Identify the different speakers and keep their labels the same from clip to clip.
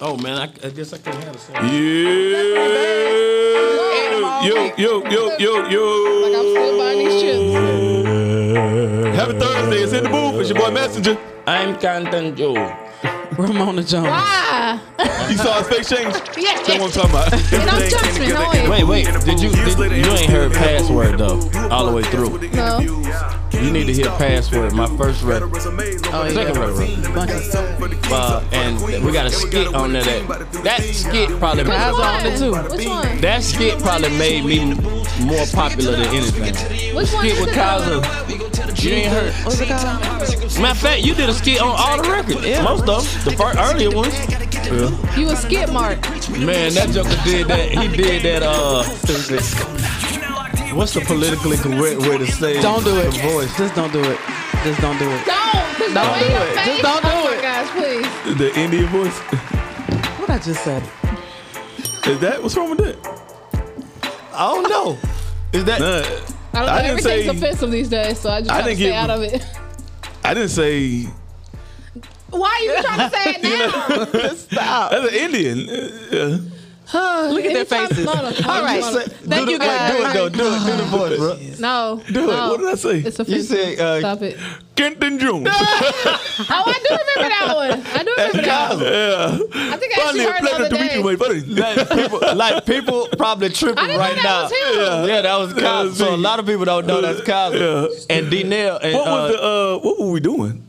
Speaker 1: Oh man, I, I guess I could have had a
Speaker 2: Yeah.
Speaker 3: Yo, yo, yo, yo,
Speaker 2: Like I'm
Speaker 3: yo.
Speaker 2: still buying these chips.
Speaker 3: Happy Thursday. It's in the booth. It's your boy Messenger.
Speaker 4: I'm Canton Joe. Ramona Jones.
Speaker 2: Ah,
Speaker 3: You saw his fake change?
Speaker 2: yeah.
Speaker 3: That's what I'm talking about.
Speaker 2: And I'm judgment. No, I ain't.
Speaker 4: Wait, wait. Did you did, you ain't heard password though? All the way through.
Speaker 2: No.
Speaker 4: You need to hear password. My first record.
Speaker 5: Oh, yeah.
Speaker 4: Second record.
Speaker 5: Bunch of stuff.
Speaker 4: Uh, and we got a skit on there that that skit probably
Speaker 5: Guys are on it
Speaker 2: Which
Speaker 5: too.
Speaker 2: one? Which one?
Speaker 4: that skit probably made me more popular than anything.
Speaker 2: Which one
Speaker 4: Skit
Speaker 2: is
Speaker 4: with
Speaker 2: it? though?
Speaker 4: Kaiser. You ain't heard.
Speaker 5: What's it called?
Speaker 4: Matter of fact, you did a skit on all the records. Most of them. The first, earlier ones.
Speaker 2: You a skip mark.
Speaker 4: Man, that Joker did that. He did that. Uh,
Speaker 1: sandwich. What's the politically correct way to say
Speaker 5: Don't do it.
Speaker 1: the voice?
Speaker 5: Just don't do it. Just don't do it.
Speaker 2: Don't. 'cause the
Speaker 5: Don't
Speaker 2: way
Speaker 5: do
Speaker 2: your
Speaker 5: it.
Speaker 2: face-
Speaker 5: Just don't do
Speaker 2: oh
Speaker 5: it.
Speaker 2: My gosh, please.
Speaker 3: The Indian voice.
Speaker 5: What I just said.
Speaker 3: Is that? What's wrong with that?
Speaker 1: I don't know. Is that
Speaker 3: Nah,
Speaker 2: I don't know.
Speaker 3: I didn't
Speaker 2: Everything's
Speaker 3: say-
Speaker 2: offensive these days, so I just
Speaker 3: I
Speaker 2: try to
Speaker 3: didn't
Speaker 2: stay out
Speaker 3: get-
Speaker 2: of it.
Speaker 3: I didn't say.
Speaker 2: Why are you trying to say it now?
Speaker 5: Stop.
Speaker 3: That's an Indian. Uh,
Speaker 5: Look at their
Speaker 2: Anytime-
Speaker 5: faces.
Speaker 2: no, no, no,
Speaker 5: All right.
Speaker 2: no, no.
Speaker 5: Thank you guys.
Speaker 1: do it though? Do it. Do the voice, bro.
Speaker 2: No.
Speaker 3: yeah. Wait,
Speaker 2: no.
Speaker 3: What did I say?
Speaker 2: Oh. It's offensive.
Speaker 1: You said uh,
Speaker 2: Stop it.
Speaker 3: Kenton Jones.
Speaker 2: Oh, I do remember that one. I do remember that one.
Speaker 3: Yeah.
Speaker 2: I think I actually
Speaker 3: Finally, a
Speaker 2: heard the
Speaker 3: pleasure
Speaker 2: other
Speaker 3: to meet you, my
Speaker 2: day.
Speaker 3: buddy.
Speaker 1: like people, like people probably tripping
Speaker 2: I didn't
Speaker 1: right
Speaker 2: know
Speaker 1: now. Uh,
Speaker 2: that was him.
Speaker 1: Yeah, that was
Speaker 3: That
Speaker 1: Cosmo.
Speaker 3: was
Speaker 1: So a
Speaker 3: me.
Speaker 1: lot of people don't know that's Cosmo.
Speaker 3: Yeah.
Speaker 4: and D Nail and
Speaker 3: What was
Speaker 4: uh,
Speaker 3: the? Uh, what were we doing?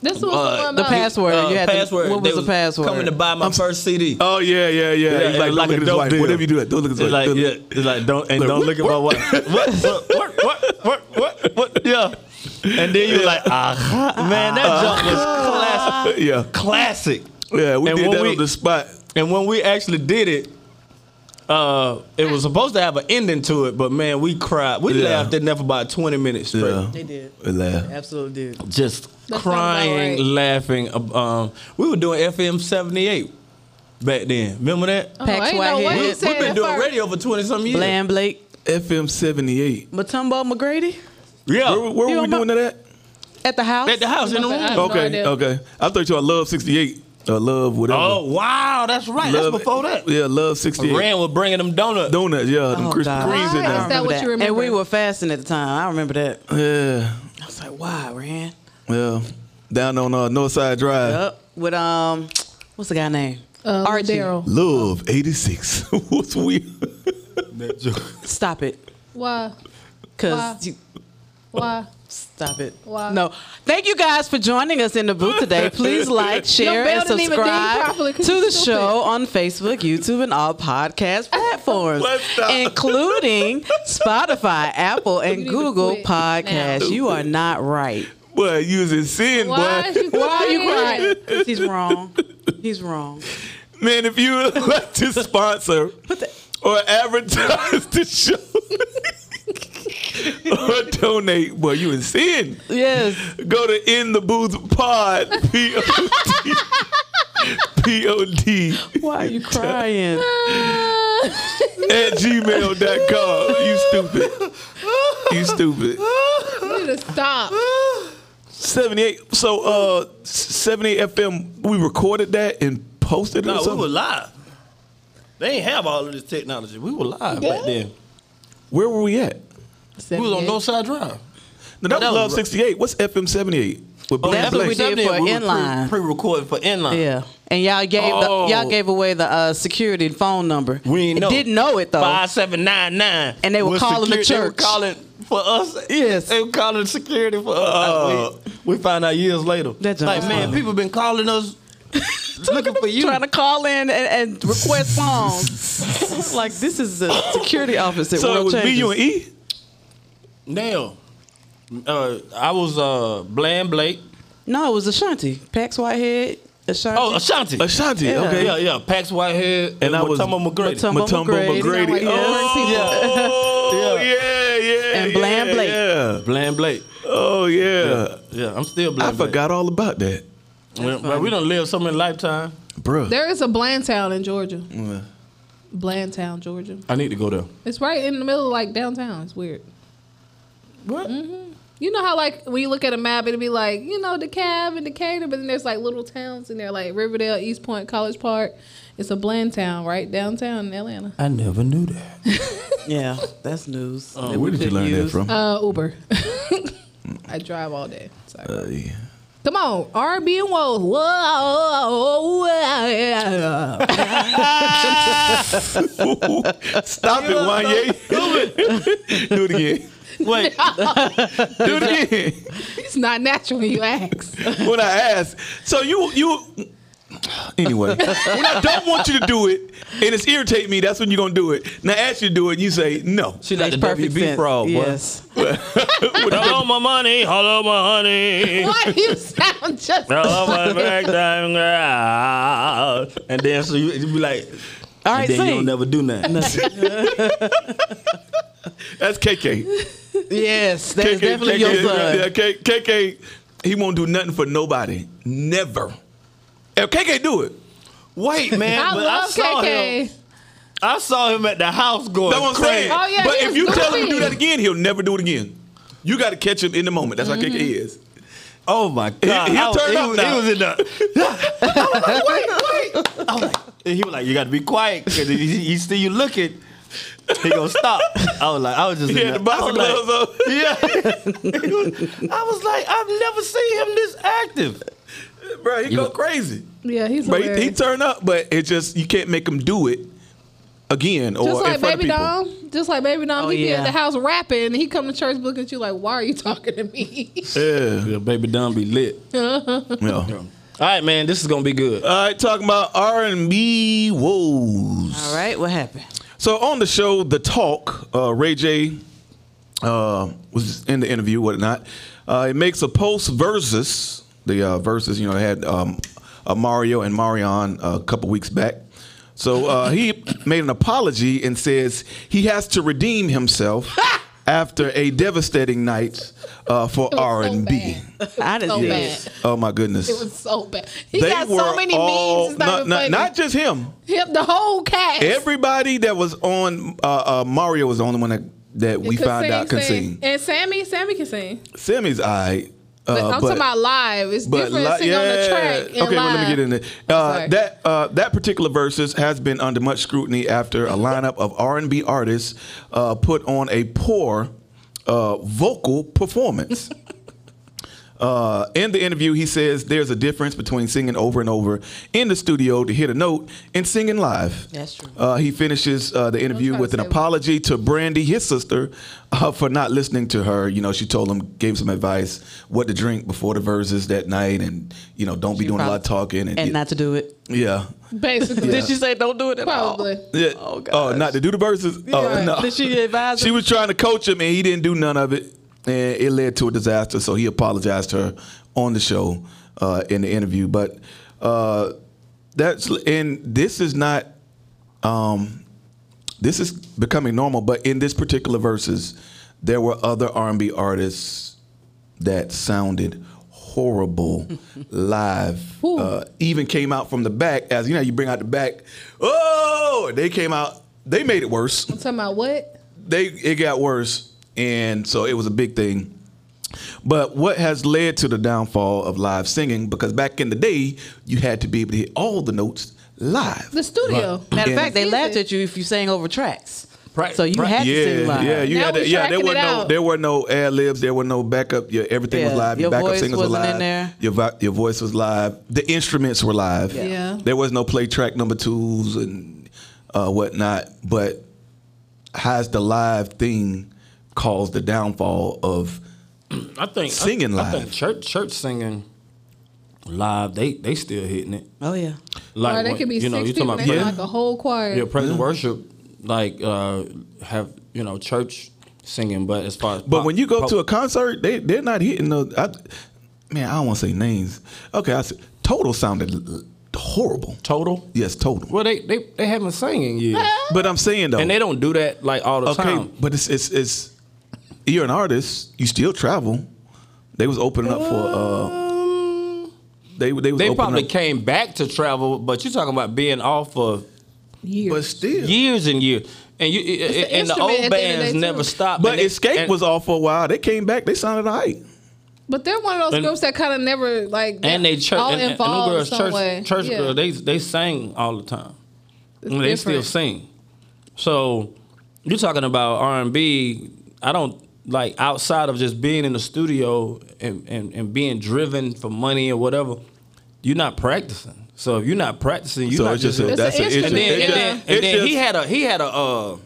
Speaker 2: This was the one
Speaker 5: The
Speaker 2: about
Speaker 5: password.
Speaker 4: uh,
Speaker 5: you had
Speaker 4: password.
Speaker 5: To, what
Speaker 4: They
Speaker 5: was the password?
Speaker 4: Coming to buy my first CD.
Speaker 3: Oh yeah, yeah, yeah.
Speaker 1: Yeah,
Speaker 3: He's
Speaker 1: like a
Speaker 3: like, like look at his
Speaker 1: dope
Speaker 3: wife.
Speaker 1: deal.
Speaker 3: Whatever you do, don't look at his
Speaker 1: It's like,
Speaker 3: wife.
Speaker 1: yeah, it's like don't and
Speaker 3: Like,
Speaker 1: don't
Speaker 3: what-
Speaker 1: look at my wife. What, what, what, what, what, what, yeah. And then you like, ah, man, that jump was classic,
Speaker 3: yeah,
Speaker 1: classic.
Speaker 3: yeah. We
Speaker 1: And
Speaker 3: did
Speaker 1: when
Speaker 3: that
Speaker 1: we-
Speaker 3: on the spot.
Speaker 1: And when we actually did it, uh, it was supposed to have an ending to it, but man, we cried. We
Speaker 3: Yeah.
Speaker 1: laughed at that for about twenty minutes straight.
Speaker 3: Yeah,
Speaker 5: They did.
Speaker 3: we laughed.
Speaker 5: Absolutely did.
Speaker 1: just
Speaker 2: That sounds
Speaker 1: crying,
Speaker 2: about right.
Speaker 1: laughing. Um, um, we were doing FM seventy eight back then. Remember that?
Speaker 2: Oh, I ain't know what
Speaker 5: Pac-Swag
Speaker 2: you
Speaker 5: head.
Speaker 2: said
Speaker 1: We've been
Speaker 2: at
Speaker 1: doing
Speaker 2: first.
Speaker 1: radio for twenty some years.
Speaker 5: Bland Blake.
Speaker 3: FM seventy eight.
Speaker 5: Matumbo McGrady
Speaker 1: Yeah,
Speaker 3: Where, where
Speaker 5: You
Speaker 3: were we
Speaker 5: on my-
Speaker 3: doing that at?
Speaker 5: at the house.
Speaker 1: at the house in the
Speaker 2: Okay,
Speaker 1: room.
Speaker 2: I- no
Speaker 3: Okay,
Speaker 2: idea.
Speaker 3: okay. I thought you all love sixty eight. Uh, love whatever.
Speaker 1: Oh wow, that's right.
Speaker 3: love,
Speaker 1: that's before that.
Speaker 3: Yeah, love sixty eight.
Speaker 1: Ran was bringing them donuts.
Speaker 3: Donuts. Yeah, them
Speaker 5: Oh,
Speaker 3: Krispy
Speaker 5: God.
Speaker 3: Kremes in
Speaker 2: Why is
Speaker 3: there.
Speaker 2: that what you remember?
Speaker 5: And we were fasting at the time. I remember that.
Speaker 3: Yeah,
Speaker 5: I was like, why, Ran?
Speaker 3: yeah. Down on uh, Northside Drive.
Speaker 5: Up with um, what's the guy name?
Speaker 2: Uh,
Speaker 5: Archie.
Speaker 2: Daryl.
Speaker 3: Love eighty six. What's weird?
Speaker 5: Stop it,
Speaker 2: Why?
Speaker 5: cause
Speaker 2: Why?
Speaker 5: you
Speaker 2: Why?
Speaker 5: stop it.
Speaker 2: Why?
Speaker 5: No, thank you guys for joining us in the booth today. Please like, share,
Speaker 2: bell
Speaker 5: and
Speaker 2: didn't even ding
Speaker 5: subscribe
Speaker 2: properly
Speaker 5: to
Speaker 2: 'cause
Speaker 5: the
Speaker 2: you're stupid.
Speaker 5: show on Facebook, YouTube, and all podcast platforms,
Speaker 3: Let's stop.
Speaker 5: including Spotify, Apple,
Speaker 2: need
Speaker 5: and
Speaker 2: to
Speaker 5: Google
Speaker 2: quit
Speaker 5: Podcasts.
Speaker 2: now.
Speaker 5: You are not right.
Speaker 3: Boy, you was in sin,
Speaker 2: Why
Speaker 3: boy.
Speaker 2: is you
Speaker 5: Why are you
Speaker 2: crying?
Speaker 5: crying? 'Cause He's wrong. He's wrong.
Speaker 3: Man, if you would like to sponsor or advertise the show or donate, boy, you in sin.
Speaker 5: Yes.
Speaker 3: Go to In the Booth Pod, P O D. P O D
Speaker 5: Why are you crying?
Speaker 3: at gmail.com. You stupid. You stupid.
Speaker 2: You need to stop.
Speaker 3: 78. So, uh, 78 FM, we recorded that and posted it. or
Speaker 1: No, we
Speaker 3: something?
Speaker 1: were live. They ain't have all of this technology. We were live back then.
Speaker 3: Where were we at?
Speaker 1: We was on Northside Drive.
Speaker 3: No, that,
Speaker 1: that
Speaker 3: was
Speaker 1: was
Speaker 3: Love
Speaker 1: right.
Speaker 3: 68. What's FM 78? With
Speaker 1: Oh,
Speaker 5: that's
Speaker 3: Blaine
Speaker 5: what we
Speaker 3: Blake.
Speaker 5: did for Inline.
Speaker 1: Pre recorded for inline.
Speaker 5: Yeah, and y'all gave
Speaker 1: Oh.
Speaker 5: the, y'all gave away the uh, security phone number.
Speaker 1: We ain't know.
Speaker 5: didn't know it though.
Speaker 1: Five seven nine nine.
Speaker 5: And they were calling
Speaker 1: They
Speaker 5: the
Speaker 1: were
Speaker 5: church.
Speaker 1: calling for us.
Speaker 5: Yes.
Speaker 1: They were calling security for us. Uh, we, we found out years later.
Speaker 5: That junk
Speaker 1: like
Speaker 5: was
Speaker 1: man,
Speaker 5: wild.
Speaker 1: people been calling us looking for you.
Speaker 5: Trying to call in and, and request phones. like this is a security office at
Speaker 3: So it
Speaker 5: World
Speaker 3: was
Speaker 5: Changes.
Speaker 3: me, you, and E?
Speaker 1: Now, uh, I was uh, Bland Blake.
Speaker 5: no, it was Ashanti. Pax Whitehead. Ashanti.
Speaker 1: Oh, Ashanti.
Speaker 3: Ashanti,
Speaker 5: Yeah.
Speaker 3: okay.
Speaker 1: Yeah, yeah. Pax Whitehead and,
Speaker 3: I was-
Speaker 1: Matumbo McGrady.
Speaker 5: Matumbo
Speaker 3: Matumbo
Speaker 5: McGrady.
Speaker 3: McGrady.
Speaker 5: Sound like
Speaker 3: Oh,
Speaker 5: different people.
Speaker 3: Oh, yeah,
Speaker 1: Yeah.
Speaker 3: yeah,
Speaker 5: And
Speaker 3: yeah,
Speaker 5: Bland Blake.
Speaker 3: Yeah.
Speaker 1: Bland Blake.
Speaker 3: Oh, yeah.
Speaker 1: Yeah, I'm still
Speaker 3: I
Speaker 1: Bland Blake.
Speaker 3: forgot all about that.
Speaker 1: We, but we done lived so many lifetime.
Speaker 3: Bruh.
Speaker 2: There is a Blandtown in Georgia. Blandtown, Georgia.
Speaker 1: I need to go there.
Speaker 2: It's right in the middle of like downtown. It's weird.
Speaker 1: What?
Speaker 2: Mm-hmm. You know how like when you look at a map, it'll be like you know DeKalb and Decatur, but then there's like little towns in there like Riverdale, East Point, College Park. It's a bland town, right downtown in Atlanta.
Speaker 1: I never knew that.
Speaker 5: Yeah, that's news. that we
Speaker 3: Oh, Where did you
Speaker 5: could
Speaker 3: learn that
Speaker 5: use.
Speaker 3: from?
Speaker 2: Uh, Uber. I drive all day. Sorry.
Speaker 3: Uh, yeah.
Speaker 2: Come on, R&B and woes. Whoa, whoa, whoa.
Speaker 3: Stop it, Wanye. Do it again.
Speaker 1: Wait,
Speaker 3: Do it again.
Speaker 2: It's not natural when you ask.
Speaker 3: When I ask, so you you. Anyway, when I don't want you to do it, and it's irritate me, that's when you're gonna do it. Now I ask you to do it, you say no.
Speaker 1: she like
Speaker 5: Makes
Speaker 1: the
Speaker 5: perfect
Speaker 1: WB
Speaker 5: sense.
Speaker 1: fraud, boy.
Speaker 5: yes.
Speaker 1: Hello, my money. Hello, my honey.
Speaker 2: Why do you sound just
Speaker 1: Hello, my back down girl. And then so you, you be like,
Speaker 5: All
Speaker 1: and
Speaker 5: right,
Speaker 1: then you don't
Speaker 5: sing.
Speaker 1: never do nothing.
Speaker 3: That's KK.
Speaker 5: Yes, that
Speaker 3: KK
Speaker 5: is definitely your son.
Speaker 3: yeah, K- KK, he won't do nothing for nobody. Never. If KK do it,
Speaker 6: Wait, man.
Speaker 2: I
Speaker 5: Oh,
Speaker 6: but
Speaker 2: love
Speaker 6: saw
Speaker 2: KK.
Speaker 6: Him, I saw him at the house going
Speaker 3: that's what I'm
Speaker 6: crazy.
Speaker 3: saying.
Speaker 2: Oh, yeah,
Speaker 3: but
Speaker 2: he
Speaker 3: if
Speaker 2: was
Speaker 3: you tell him to do
Speaker 2: goofy.
Speaker 3: that again, he'll never do it again. You got to catch him in the moment. That's how KK is.
Speaker 6: Oh my god!
Speaker 3: He- he'll
Speaker 6: I was-
Speaker 3: turn
Speaker 6: he
Speaker 3: up
Speaker 6: was,
Speaker 3: now.
Speaker 6: He was in the. I was like, wait, wait. I was like, and he was like, you got to be quiet because he, he he see you looking. He gonna stop. I was like, I was just
Speaker 3: He
Speaker 6: in
Speaker 3: had the
Speaker 6: there. I
Speaker 3: boxing
Speaker 6: was like,
Speaker 3: gloves on.
Speaker 6: Yeah. I was like, I've never seen him this active.
Speaker 3: Bro, he go crazy.
Speaker 2: Yeah, he's
Speaker 3: But he,
Speaker 2: hilarious.
Speaker 3: he turn up, but it just you can't make him do it again or
Speaker 2: just
Speaker 3: in
Speaker 2: like
Speaker 3: front
Speaker 2: baby
Speaker 3: of people.
Speaker 2: Dom, just like baby Dom,
Speaker 5: Oh,
Speaker 2: he be at
Speaker 5: yeah.
Speaker 2: the house rapping, and he come to church looking at you like, "Why are you talking to me?"
Speaker 3: Yeah.
Speaker 1: Your baby done be lit.
Speaker 3: yeah.
Speaker 1: All right, man, this is gonna be good.
Speaker 3: All right, talking about R and B woes.
Speaker 5: All right, what happened?
Speaker 3: So on the show, The Talk, uh, Ray J uh, was in the interview, whatnot. Uh, it makes a post versus the uh, versus. You know, they had um, uh, Mario and Marion uh, a couple weeks back. So uh, he made an apology and says he has to redeem himself after a devastating night uh, for
Speaker 2: It
Speaker 3: R
Speaker 2: was so
Speaker 3: and B.
Speaker 2: bad.
Speaker 5: I didn't
Speaker 2: So
Speaker 5: see
Speaker 2: bad.
Speaker 5: this.
Speaker 3: Oh my goodness.
Speaker 2: It was so bad. He got so many memes. It's not,
Speaker 3: not,
Speaker 2: even
Speaker 3: not,
Speaker 2: funny.
Speaker 3: not just him.
Speaker 2: Him, the whole cast.
Speaker 3: Everybody that was on uh, uh, Mario was the only one that, that we
Speaker 2: Could
Speaker 3: found
Speaker 2: sing,
Speaker 3: out could
Speaker 2: sing.
Speaker 3: sing.
Speaker 2: And Sammy, Sammy can sing.
Speaker 3: Sammy's I. Uh,
Speaker 2: But I'm
Speaker 3: but,
Speaker 2: talking about live. It's different
Speaker 3: li-
Speaker 2: singing on the track. And
Speaker 3: okay, well, let me
Speaker 2: live.
Speaker 3: get in there.
Speaker 2: sorry.
Speaker 3: Uh, that uh, that particular versus has been under much scrutiny after a lineup of R&B artists uh, put on a poor uh, vocal performance. Uh, in the interview, he says there's a difference between singing over and over in the studio to hit a note and singing live.
Speaker 5: That's true.
Speaker 3: Uh, he finishes uh, the interview
Speaker 2: trying
Speaker 3: with
Speaker 2: to
Speaker 3: an
Speaker 2: say-
Speaker 3: apology to Brandy, his sister, uh, for not listening to her. You know, she told him, gave some advice, what to drink before the verses that night, and you know, don't be doing a lot of talking. And,
Speaker 5: And not to do it.
Speaker 3: yeah,
Speaker 2: Basically.
Speaker 5: Did she say don't do it at
Speaker 2: Probably.
Speaker 5: all?
Speaker 3: yeah.
Speaker 5: Oh, gosh.
Speaker 3: oh, not to do the verses. Oh
Speaker 5: Yeah.
Speaker 3: no,
Speaker 5: Did she advise
Speaker 3: She
Speaker 5: him?
Speaker 3: was trying to coach him, and he didn't do none of it, and it led to a disaster. So he apologized to her on the show uh, in the interview. But uh, that's and this is not. Um, this is becoming normal, but in this particular verses, there were other R and B artists that sounded horrible live.
Speaker 2: Ooh.
Speaker 3: Uh, even came out from the back, as you know, you bring out the back. Oh, they came out. They made it worse
Speaker 2: I'm talking about what?
Speaker 3: they it got worse, and so it was a big thing. But what has led to the downfall of live singing? Because back in the day, you had to be able to hit all the notes live.
Speaker 2: The studio.
Speaker 5: Matter of
Speaker 3: Yeah.
Speaker 5: fact, they laughed at you if you sang over tracks.
Speaker 1: Right,
Speaker 5: So you
Speaker 1: right.
Speaker 5: had to
Speaker 3: yeah,
Speaker 5: sing live.
Speaker 3: yeah, you
Speaker 2: Now
Speaker 3: had
Speaker 2: we
Speaker 3: to, yeah. There
Speaker 2: tracking
Speaker 3: were
Speaker 2: it
Speaker 3: no,
Speaker 2: out.
Speaker 3: there were no ad libs. There were no backup. Your everything was
Speaker 5: Yeah,
Speaker 3: live. Your,
Speaker 5: your
Speaker 3: backup
Speaker 5: voice
Speaker 3: singers were
Speaker 5: wasn't in
Speaker 3: live.
Speaker 5: there.
Speaker 3: Your vo- your voice was live. The instruments were live.
Speaker 2: Yeah.
Speaker 3: There was no play track number twos and uh, whatnot. But has the live thing caused the downfall of?
Speaker 1: I think
Speaker 3: Singing
Speaker 1: I, I
Speaker 3: live.
Speaker 1: think church church singing live. They they still hitting it.
Speaker 5: Oh yeah.
Speaker 1: Like
Speaker 2: or they
Speaker 1: when-
Speaker 2: could be
Speaker 1: you know,
Speaker 2: 60
Speaker 1: you talking
Speaker 2: and
Speaker 1: about
Speaker 2: they
Speaker 1: praise-
Speaker 2: like a whole choir.
Speaker 1: yeah, praise and worship. Like uh, have you know church singing, but as far as
Speaker 3: But when you go to
Speaker 1: a
Speaker 3: a concert, they they're not hitting the. I, man, I don't want to say names. Okay, I said total sounded l- horrible.
Speaker 1: total,
Speaker 3: Yes, total.
Speaker 1: well they they, they haven't sang in years,
Speaker 3: But I'm saying though,
Speaker 1: and they don't do that like all the
Speaker 3: okay,
Speaker 1: time.
Speaker 3: but it's it's it's you're an artist. You still travel. They was opening up for. uh They they was
Speaker 1: They
Speaker 3: opening
Speaker 1: probably
Speaker 3: up,
Speaker 1: came back to travel, but you're talking about being off for
Speaker 2: Years.
Speaker 3: but still.
Speaker 1: years and years. And you it, it, and
Speaker 2: an
Speaker 1: the
Speaker 2: instrument
Speaker 1: old
Speaker 2: at the end of the
Speaker 1: bands
Speaker 2: day,
Speaker 1: never
Speaker 2: too.
Speaker 1: stopped.
Speaker 3: But
Speaker 1: and they-
Speaker 3: Escape
Speaker 1: and-
Speaker 3: was off for a while. They came back. They sounded all right.
Speaker 2: But they're one of those
Speaker 1: And-
Speaker 2: groups that kind of never like
Speaker 1: and they church
Speaker 2: all
Speaker 1: and, and, and them
Speaker 2: involved
Speaker 1: girls
Speaker 2: in some
Speaker 1: church
Speaker 2: way.
Speaker 1: church
Speaker 2: yeah.
Speaker 1: girls they they sang all the time.
Speaker 2: It's
Speaker 1: And they still
Speaker 2: different.
Speaker 1: sing. So you're talking about R and B. I don't like outside of just being in the studio and, and, and being driven for money or whatever. You're not practicing. So if you're not practicing, you're
Speaker 3: so
Speaker 1: not
Speaker 3: it's just, a,
Speaker 2: It's
Speaker 3: that's
Speaker 2: an
Speaker 3: an issue.
Speaker 1: and then,
Speaker 2: instrument,
Speaker 3: It's
Speaker 1: and
Speaker 3: just-
Speaker 1: then,
Speaker 3: it's
Speaker 1: and then he
Speaker 3: just-
Speaker 1: had a he had a uh,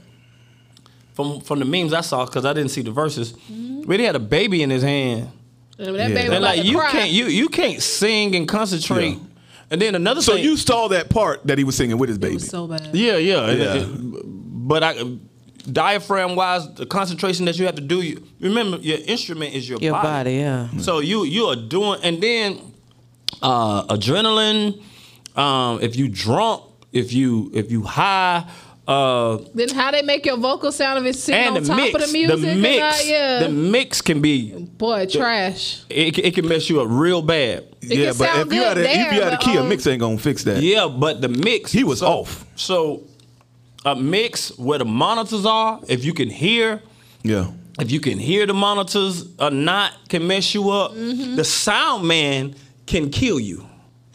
Speaker 1: from from the memes I saw because I didn't see the verses,
Speaker 2: Mm-hmm.
Speaker 1: but he had a baby in his hand.
Speaker 2: And that
Speaker 3: Yeah.
Speaker 2: baby
Speaker 3: They're
Speaker 1: And
Speaker 2: was
Speaker 1: like
Speaker 2: about to
Speaker 1: you
Speaker 2: cry.
Speaker 1: can't you you can't sing and concentrate.
Speaker 3: Yeah.
Speaker 1: And then another
Speaker 3: So
Speaker 1: thing,
Speaker 3: you saw that part that he was singing with his
Speaker 2: It
Speaker 3: baby.
Speaker 2: was so bad.
Speaker 1: yeah yeah, It-
Speaker 3: Yeah.
Speaker 1: it- but I diaphragm wise the concentration that you have to do. You, remember your instrument is your,
Speaker 5: Your body, yeah.
Speaker 1: So you you are doing, and then uh, adrenaline. Um, if you drunk, if you if you high, uh,
Speaker 2: Then how they make your vocal sound if it's sitting
Speaker 1: and
Speaker 2: on
Speaker 1: the
Speaker 2: top
Speaker 1: mix,
Speaker 2: of the music? and
Speaker 1: mix,
Speaker 2: all- yeah.
Speaker 1: the mix can be
Speaker 2: Boy, trash.
Speaker 1: it, can- it can mess you up real bad.
Speaker 2: It
Speaker 3: yeah,
Speaker 2: can
Speaker 3: but
Speaker 2: sound
Speaker 3: if you
Speaker 2: good
Speaker 3: had a, if you
Speaker 2: there,
Speaker 3: had a
Speaker 2: but,
Speaker 3: key, a
Speaker 2: um,
Speaker 3: mix ain't gonna fix that.
Speaker 1: Yeah, but the mix
Speaker 3: He was
Speaker 1: so-
Speaker 3: off.
Speaker 1: So a mix where the monitors are, if you can hear.
Speaker 3: Yeah.
Speaker 1: if you can hear the monitors or not can mess you up the sound man can kill you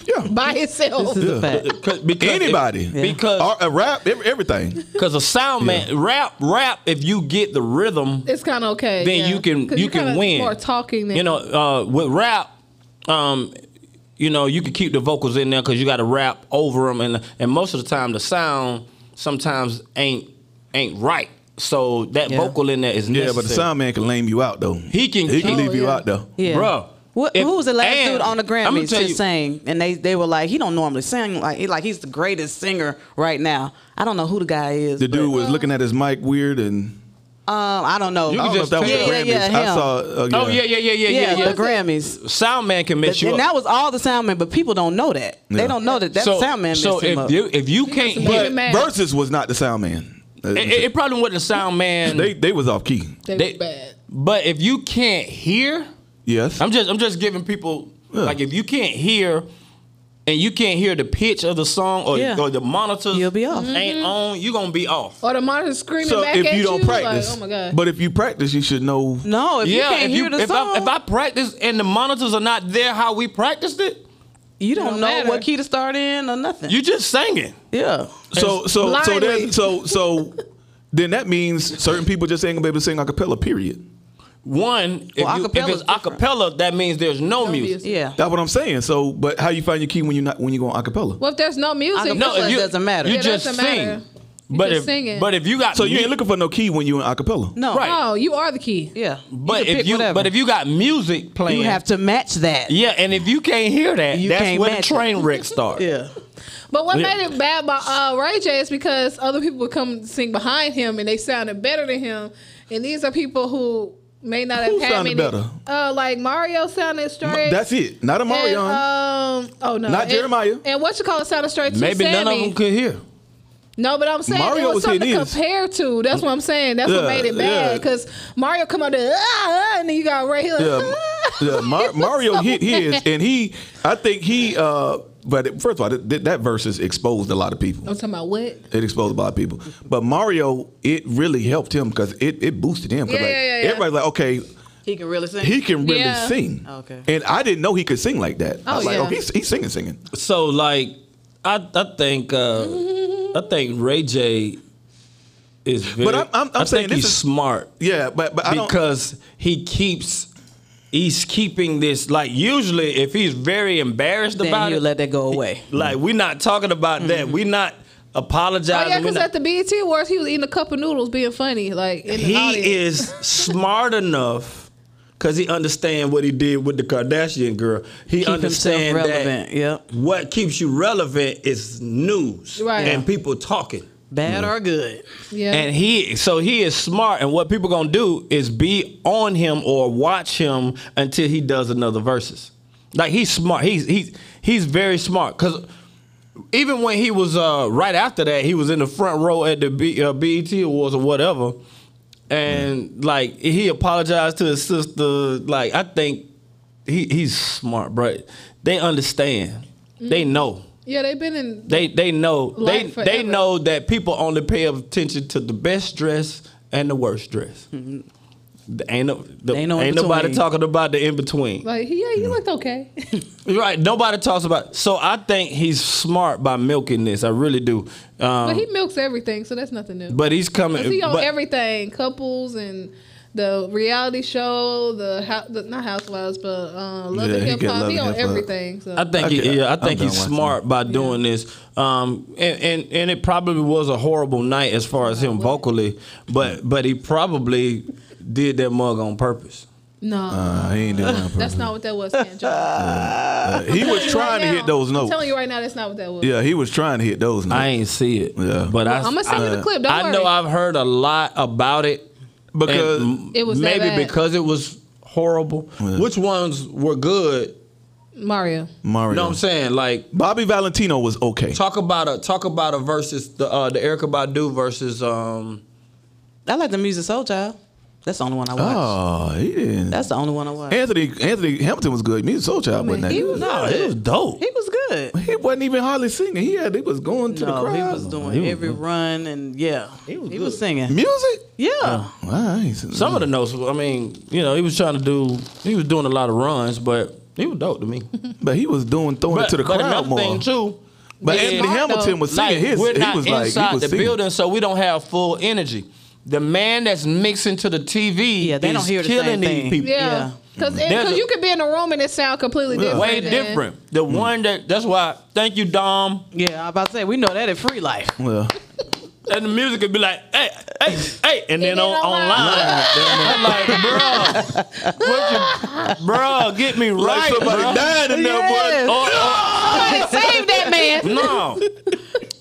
Speaker 3: Yeah.
Speaker 2: By itself.
Speaker 5: This is
Speaker 3: Yeah.
Speaker 5: a fact.
Speaker 1: because because if-
Speaker 3: Anybody.
Speaker 1: because
Speaker 3: Or a rap, ev- everything.
Speaker 1: because a sound man rap rap if you get the rhythm
Speaker 2: it's kind of okay.
Speaker 1: then
Speaker 2: yeah.
Speaker 1: you can
Speaker 2: 'Cause
Speaker 1: you
Speaker 2: you're
Speaker 1: can
Speaker 2: kinda
Speaker 1: win
Speaker 2: More talking than
Speaker 1: you know uh, with rap um you know you can keep the vocals in there because you got to rap over them and and most of the time the sound sometimes ain't ain't right so that
Speaker 5: Yeah.
Speaker 1: vocal in there is
Speaker 3: Yeah,
Speaker 1: necessary.
Speaker 3: but the sound man can lame you out though. He
Speaker 1: can
Speaker 3: he can
Speaker 1: kill-
Speaker 3: leave you
Speaker 2: Oh, yeah.
Speaker 3: out though.
Speaker 5: Yeah.
Speaker 1: Bruh,
Speaker 5: What,
Speaker 1: if-
Speaker 5: who was the last
Speaker 1: and-
Speaker 5: dude on the
Speaker 1: I'ma
Speaker 5: Grammys
Speaker 1: tell
Speaker 5: that
Speaker 1: you-
Speaker 5: sang? And they, they were like, he don't normally sing. Like he like he's the greatest singer right now. I don't know who the guy is.
Speaker 3: The
Speaker 5: but,
Speaker 3: dude was looking at his mic weird, and
Speaker 5: Um, I don't know.
Speaker 3: I
Speaker 1: can
Speaker 3: don't know if
Speaker 1: just
Speaker 3: that was
Speaker 1: tell-
Speaker 3: the
Speaker 5: Yeah,
Speaker 3: Grammys.
Speaker 5: yeah, yeah,
Speaker 3: I
Speaker 5: him.
Speaker 3: saw. Uh,
Speaker 1: Oh yeah, yeah, yeah, yeah, yeah, yeah.
Speaker 5: the Grammys.
Speaker 1: Sound man can mess you
Speaker 5: and
Speaker 1: up.
Speaker 5: that was all the sound man, but people don't know that.
Speaker 3: Yeah.
Speaker 5: They don't know that that sound man
Speaker 1: so
Speaker 5: messed him
Speaker 1: if
Speaker 5: up.
Speaker 1: you if you can't
Speaker 2: messed him
Speaker 1: hit,
Speaker 2: up. Man.
Speaker 3: Versus was not the sound man. Uh,
Speaker 1: it, it, it probably wasn't a sound man.
Speaker 3: they they was off key.
Speaker 2: they,
Speaker 1: they-
Speaker 2: was bad.
Speaker 1: but if you can't hear,
Speaker 3: Yes.
Speaker 1: I'm just I'm just giving people
Speaker 3: Yeah.
Speaker 1: like if you can't hear. And you can't hear the pitch of the song or,
Speaker 5: Yeah.
Speaker 1: or the monitors
Speaker 5: You'll be off.
Speaker 1: ain't on, you're gonna be off.
Speaker 2: Or the monitor screaming
Speaker 3: so
Speaker 2: back
Speaker 3: if
Speaker 2: at
Speaker 3: you don't practice,
Speaker 2: like, oh my god.
Speaker 3: but if you practice, you should know.
Speaker 5: no, if you
Speaker 1: yeah,
Speaker 5: can't
Speaker 1: if,
Speaker 5: hear
Speaker 1: you,
Speaker 5: the
Speaker 1: if,
Speaker 5: song,
Speaker 1: I, if I practice and the monitors are not there how we practiced it,
Speaker 5: you don't,
Speaker 2: don't
Speaker 5: know
Speaker 2: matter.
Speaker 5: what key to start in or nothing.
Speaker 1: you just singing.
Speaker 5: yeah.
Speaker 3: So so so
Speaker 2: blindly.
Speaker 3: there's so so then that means certain people just ain't gonna be able to sing a cappella. Period.
Speaker 1: One, if,
Speaker 5: Well,
Speaker 1: you, if
Speaker 5: acapella
Speaker 1: it's
Speaker 5: is different.
Speaker 1: acapella, that means there's no,
Speaker 2: No
Speaker 1: music.
Speaker 2: music.
Speaker 5: Yeah.
Speaker 3: That's what I'm saying. So, but how you find your key when you not when you go on acapella?
Speaker 2: well, if there's no music,
Speaker 5: No,
Speaker 2: it's
Speaker 5: if
Speaker 2: like-
Speaker 5: you- doesn't matter.
Speaker 1: You
Speaker 5: Yeah,
Speaker 1: just
Speaker 2: doesn't
Speaker 1: sing.
Speaker 2: matter. You
Speaker 1: But
Speaker 2: just
Speaker 1: if
Speaker 2: singing.
Speaker 1: but if you got
Speaker 3: So you
Speaker 1: mu-
Speaker 3: ain't looking for no key when you in acapella.
Speaker 5: No.
Speaker 1: Right.
Speaker 2: oh, you are the key.
Speaker 5: Yeah. You
Speaker 1: but
Speaker 5: can
Speaker 1: if
Speaker 5: pick
Speaker 1: you
Speaker 5: whatever.
Speaker 1: but if you got music playing,
Speaker 5: you have to match that.
Speaker 1: yeah, and if you can't hear that,
Speaker 5: You
Speaker 1: that's
Speaker 5: can't
Speaker 1: where the
Speaker 5: match
Speaker 1: train wreck starts.
Speaker 5: Yeah.
Speaker 2: But what
Speaker 1: Yeah.
Speaker 2: made it bad by uh, Ray J is because other people would come sing behind him and they sounded better than him. And these are people who may not have
Speaker 3: Who
Speaker 2: had
Speaker 3: sounded
Speaker 2: many.
Speaker 3: better?
Speaker 2: Uh, like Mario sounded straight.
Speaker 3: That's it. Not a
Speaker 2: and,
Speaker 3: Marion.
Speaker 2: um, oh no,
Speaker 3: Not
Speaker 2: And-
Speaker 3: Jeremiah.
Speaker 2: And what you call it sounded straight to
Speaker 1: Maybe
Speaker 2: Sammy.
Speaker 1: none of them could hear.
Speaker 2: No, but I'm saying
Speaker 3: Mario
Speaker 2: it
Speaker 3: was
Speaker 2: was something
Speaker 3: hitting
Speaker 2: to
Speaker 3: his.
Speaker 2: compare to. That's what I'm saying. That's
Speaker 3: Yeah,
Speaker 2: what made it bad
Speaker 3: yeah.
Speaker 2: because Mario come out there, ah, ah, and then you got Ray. He like,
Speaker 3: yeah,
Speaker 2: ah.
Speaker 3: yeah Mar-
Speaker 2: It was
Speaker 3: Mario
Speaker 2: so
Speaker 3: hit his,
Speaker 2: bad.
Speaker 3: and he, I think he, uh, but it- first of all, that, that verse has exposed a lot of people.
Speaker 2: I'm talking about what?
Speaker 3: It exposed a lot of people. But Mario, it really helped him because it, it boosted him. 'Cause,
Speaker 2: Yeah,
Speaker 3: like,
Speaker 2: yeah, yeah, yeah.
Speaker 3: Everybody's like, okay,
Speaker 5: He can really sing.
Speaker 3: he can really
Speaker 2: Yeah.
Speaker 3: sing.
Speaker 5: Okay.
Speaker 3: And I didn't know he could sing like that. I
Speaker 2: Oh,
Speaker 3: was like,
Speaker 2: yeah.
Speaker 3: oh, he's, he's singing, singing.
Speaker 1: So like, I I think uh, I think Ray J is very.
Speaker 3: But I'm- I'm- I'm
Speaker 1: I
Speaker 3: saying
Speaker 1: think he's
Speaker 3: this is-
Speaker 1: smart.
Speaker 3: Yeah, but but I don't.
Speaker 1: because he keeps he's keeping this like usually if he's very embarrassed
Speaker 5: Then
Speaker 1: about
Speaker 5: you
Speaker 1: it
Speaker 5: let that go away.
Speaker 1: like we're not talking about that we're not apologizing
Speaker 2: Mm-hmm. Oh yeah,
Speaker 1: We
Speaker 2: because
Speaker 1: not-
Speaker 2: at the BET Awards he was eating a cup of noodles, being funny. Like in the audience.
Speaker 1: he is smart enough because he understands what he did with the Kardashian girl. He
Speaker 5: Keep himself
Speaker 1: understands
Speaker 5: relevant,
Speaker 1: that
Speaker 5: yep.
Speaker 1: what keeps you relevant is news
Speaker 2: Right.
Speaker 1: and people talking.
Speaker 5: Bad or good.
Speaker 2: Yeah.
Speaker 1: And he so he is smart and what people gonna do is be on him or watch him until he does another verses. Like he's smart. He's he's he's very smart. Cause even when he was uh, right after that, he was in the front row at the B, uh, BET Awards or whatever, and like he apologized to his sister. Like I think he he's smart, bro. They understand. They know.
Speaker 2: Yeah, they've been in.
Speaker 1: They they know they
Speaker 2: Life
Speaker 1: they
Speaker 2: forever.
Speaker 1: know that people only pay attention to the best dress and the worst dress.
Speaker 2: Mm-hmm.
Speaker 1: The- Ain't, no, the-
Speaker 5: Ain't no in
Speaker 1: ain't nobody
Speaker 5: between.
Speaker 1: talking about the in between.
Speaker 2: Like, he- yeah, he looked okay.
Speaker 1: Right. Nobody talks about. So I think he's smart by milking this. I really do. Um,
Speaker 2: but he milks everything, so that's nothing new.
Speaker 1: but he's coming.
Speaker 2: Cause he on
Speaker 1: but-
Speaker 2: everything, couples and the reality show, the, hou- the not housewives, but uh, love
Speaker 3: Yeah,
Speaker 2: and
Speaker 3: he
Speaker 2: hip
Speaker 3: get
Speaker 2: hop.
Speaker 3: Love
Speaker 2: He
Speaker 3: and
Speaker 2: on
Speaker 3: Hip Hop.
Speaker 2: everything. So
Speaker 1: I think
Speaker 3: Okay,
Speaker 1: he- yeah, I
Speaker 3: I'm
Speaker 1: think
Speaker 3: done
Speaker 1: he's
Speaker 3: watching.
Speaker 1: smart by doing this. Um, and, and and it probably was a horrible night as far as him vocally, but but he probably did that mug on purpose.
Speaker 2: no,
Speaker 3: Uh, he ain't doing that.
Speaker 2: that's not what that was. Cam. Joke.
Speaker 3: Uh, he was trying to
Speaker 2: Right
Speaker 3: hit
Speaker 2: now.
Speaker 3: those
Speaker 2: I'm
Speaker 3: notes.
Speaker 2: telling you right now, that's not what that was.
Speaker 3: Yeah, he was trying to hit those notes.
Speaker 1: I ain't see it.
Speaker 3: Yeah.
Speaker 1: But I,
Speaker 2: I'ma send you the
Speaker 1: I-
Speaker 2: clip, don't
Speaker 1: I know
Speaker 2: worry.
Speaker 1: I've heard a lot about it
Speaker 3: because
Speaker 1: and
Speaker 2: It was that
Speaker 1: maybe
Speaker 2: bad.
Speaker 1: because it was horrible.
Speaker 3: Yeah.
Speaker 1: Which ones were good?
Speaker 2: Mario.
Speaker 3: Mario,
Speaker 1: You know what I'm saying? Like
Speaker 3: Bobby Valentino was okay.
Speaker 1: talk about a talk about a versus the uh, the Erica Badu versus um
Speaker 5: I like the music Soul Child. That's the only one I watched.
Speaker 3: Oh, he didn't.
Speaker 5: That's the only one I watched.
Speaker 3: Anthony Anthony Hamilton was good. Music Soul Child wasn't that
Speaker 2: he
Speaker 3: good.
Speaker 2: was-
Speaker 1: no, it was dope.
Speaker 5: he was good.
Speaker 3: He wasn't even hardly singing. He had he was going to the
Speaker 5: No,
Speaker 3: crowd.
Speaker 5: he was doing
Speaker 1: He was
Speaker 5: every run and yeah, he was,
Speaker 1: good.
Speaker 5: singing.
Speaker 3: music.
Speaker 5: yeah,
Speaker 3: Wow, I ain't seen
Speaker 1: Some of the notes, I mean, you know, he was trying to do, he was doing a lot of runs, but he was dope to me.
Speaker 3: but he was doing throwing
Speaker 1: but,
Speaker 3: it to the
Speaker 1: but
Speaker 3: crowd
Speaker 1: another
Speaker 3: more.
Speaker 1: thing too,
Speaker 3: but
Speaker 1: is,
Speaker 3: Anthony
Speaker 2: Smart,
Speaker 3: Hamilton
Speaker 2: though.
Speaker 3: was singing
Speaker 1: like,
Speaker 3: his.
Speaker 1: we're
Speaker 3: he
Speaker 1: not
Speaker 3: was like
Speaker 1: inside
Speaker 3: he was
Speaker 1: the
Speaker 3: singing.
Speaker 1: building, so we don't have full energy. The man that's mixing to the TV,
Speaker 5: yeah. They
Speaker 1: is
Speaker 5: don't hear the
Speaker 1: killing
Speaker 5: same
Speaker 1: these
Speaker 5: thing.
Speaker 1: people.
Speaker 2: Yeah, because
Speaker 1: There's a-
Speaker 2: you could be in the room and it sound completely different.
Speaker 1: Way
Speaker 2: than-
Speaker 1: different.
Speaker 3: Mm.
Speaker 1: The one that that's why. Thank you, Dom.
Speaker 5: yeah, yeah. I about to say we know that at Free Life.
Speaker 3: Well,
Speaker 1: And the music would be like, hey, hey, hey, and then
Speaker 2: then
Speaker 1: on,
Speaker 2: online.
Speaker 1: online, I'm like, bro, what you, bro, get me right,
Speaker 3: like somebody
Speaker 1: bruh.
Speaker 3: died in there,
Speaker 5: Yes.
Speaker 3: boy.
Speaker 1: Or- or-
Speaker 2: Somebody save that man.
Speaker 1: No.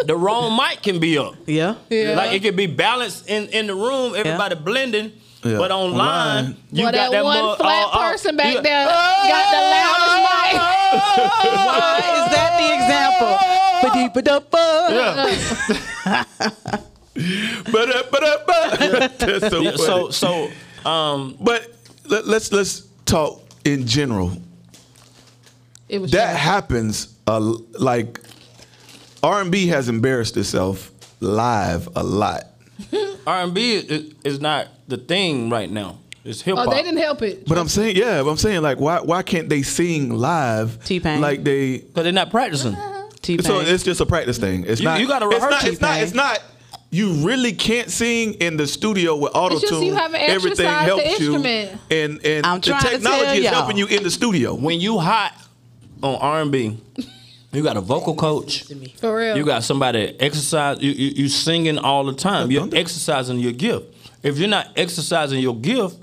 Speaker 1: the wrong mic can be up.
Speaker 5: Yeah,
Speaker 2: Yeah.
Speaker 1: Like it could be balanced in, in the room, everybody blending.
Speaker 3: Yeah.
Speaker 1: But online,
Speaker 3: Online.
Speaker 1: you
Speaker 2: well,
Speaker 1: got
Speaker 2: that,
Speaker 1: that
Speaker 2: one
Speaker 1: mug-
Speaker 2: flat
Speaker 1: oh, oh,
Speaker 2: person back
Speaker 1: you-
Speaker 2: there got the loudest mic.
Speaker 5: Why is that the example? Ba-dee-ba-da-ba.
Speaker 3: Ba-da, ba-da, ba. uh, That's so funny.
Speaker 1: So so um
Speaker 3: but let, let's let's talk in general.
Speaker 2: It was
Speaker 3: that
Speaker 2: trash.
Speaker 3: happens uh, like r&b has embarrassed itself live a lot
Speaker 1: R and B is, is not the thing right now. It's hip hop.
Speaker 2: Oh, they didn't help it.
Speaker 3: but i'm saying yeah but i'm saying like why why can't they sing live
Speaker 5: T-Pain.
Speaker 3: like they
Speaker 1: Cause they're not practicing.
Speaker 5: T-Pain.
Speaker 3: so it's just a practice thing it's
Speaker 1: You-
Speaker 3: not
Speaker 1: you gotta
Speaker 3: it's
Speaker 1: rehearse
Speaker 3: not, it's not
Speaker 5: T-Pain.
Speaker 3: it's not you really can't sing in the studio with auto
Speaker 2: just you
Speaker 3: tune.
Speaker 2: haven't
Speaker 3: Everything
Speaker 2: exercised the
Speaker 3: helps you,
Speaker 2: instrument.
Speaker 3: and and
Speaker 5: I'm
Speaker 3: the
Speaker 5: trying to tell
Speaker 3: technology is
Speaker 5: y'all.
Speaker 3: helping you in the studio.
Speaker 1: When you hot on R and B, you got a vocal coach.
Speaker 2: For real.
Speaker 1: You got somebody that exercise. You, you you singing all the time. You're exercising your gift. If you're not exercising your gift,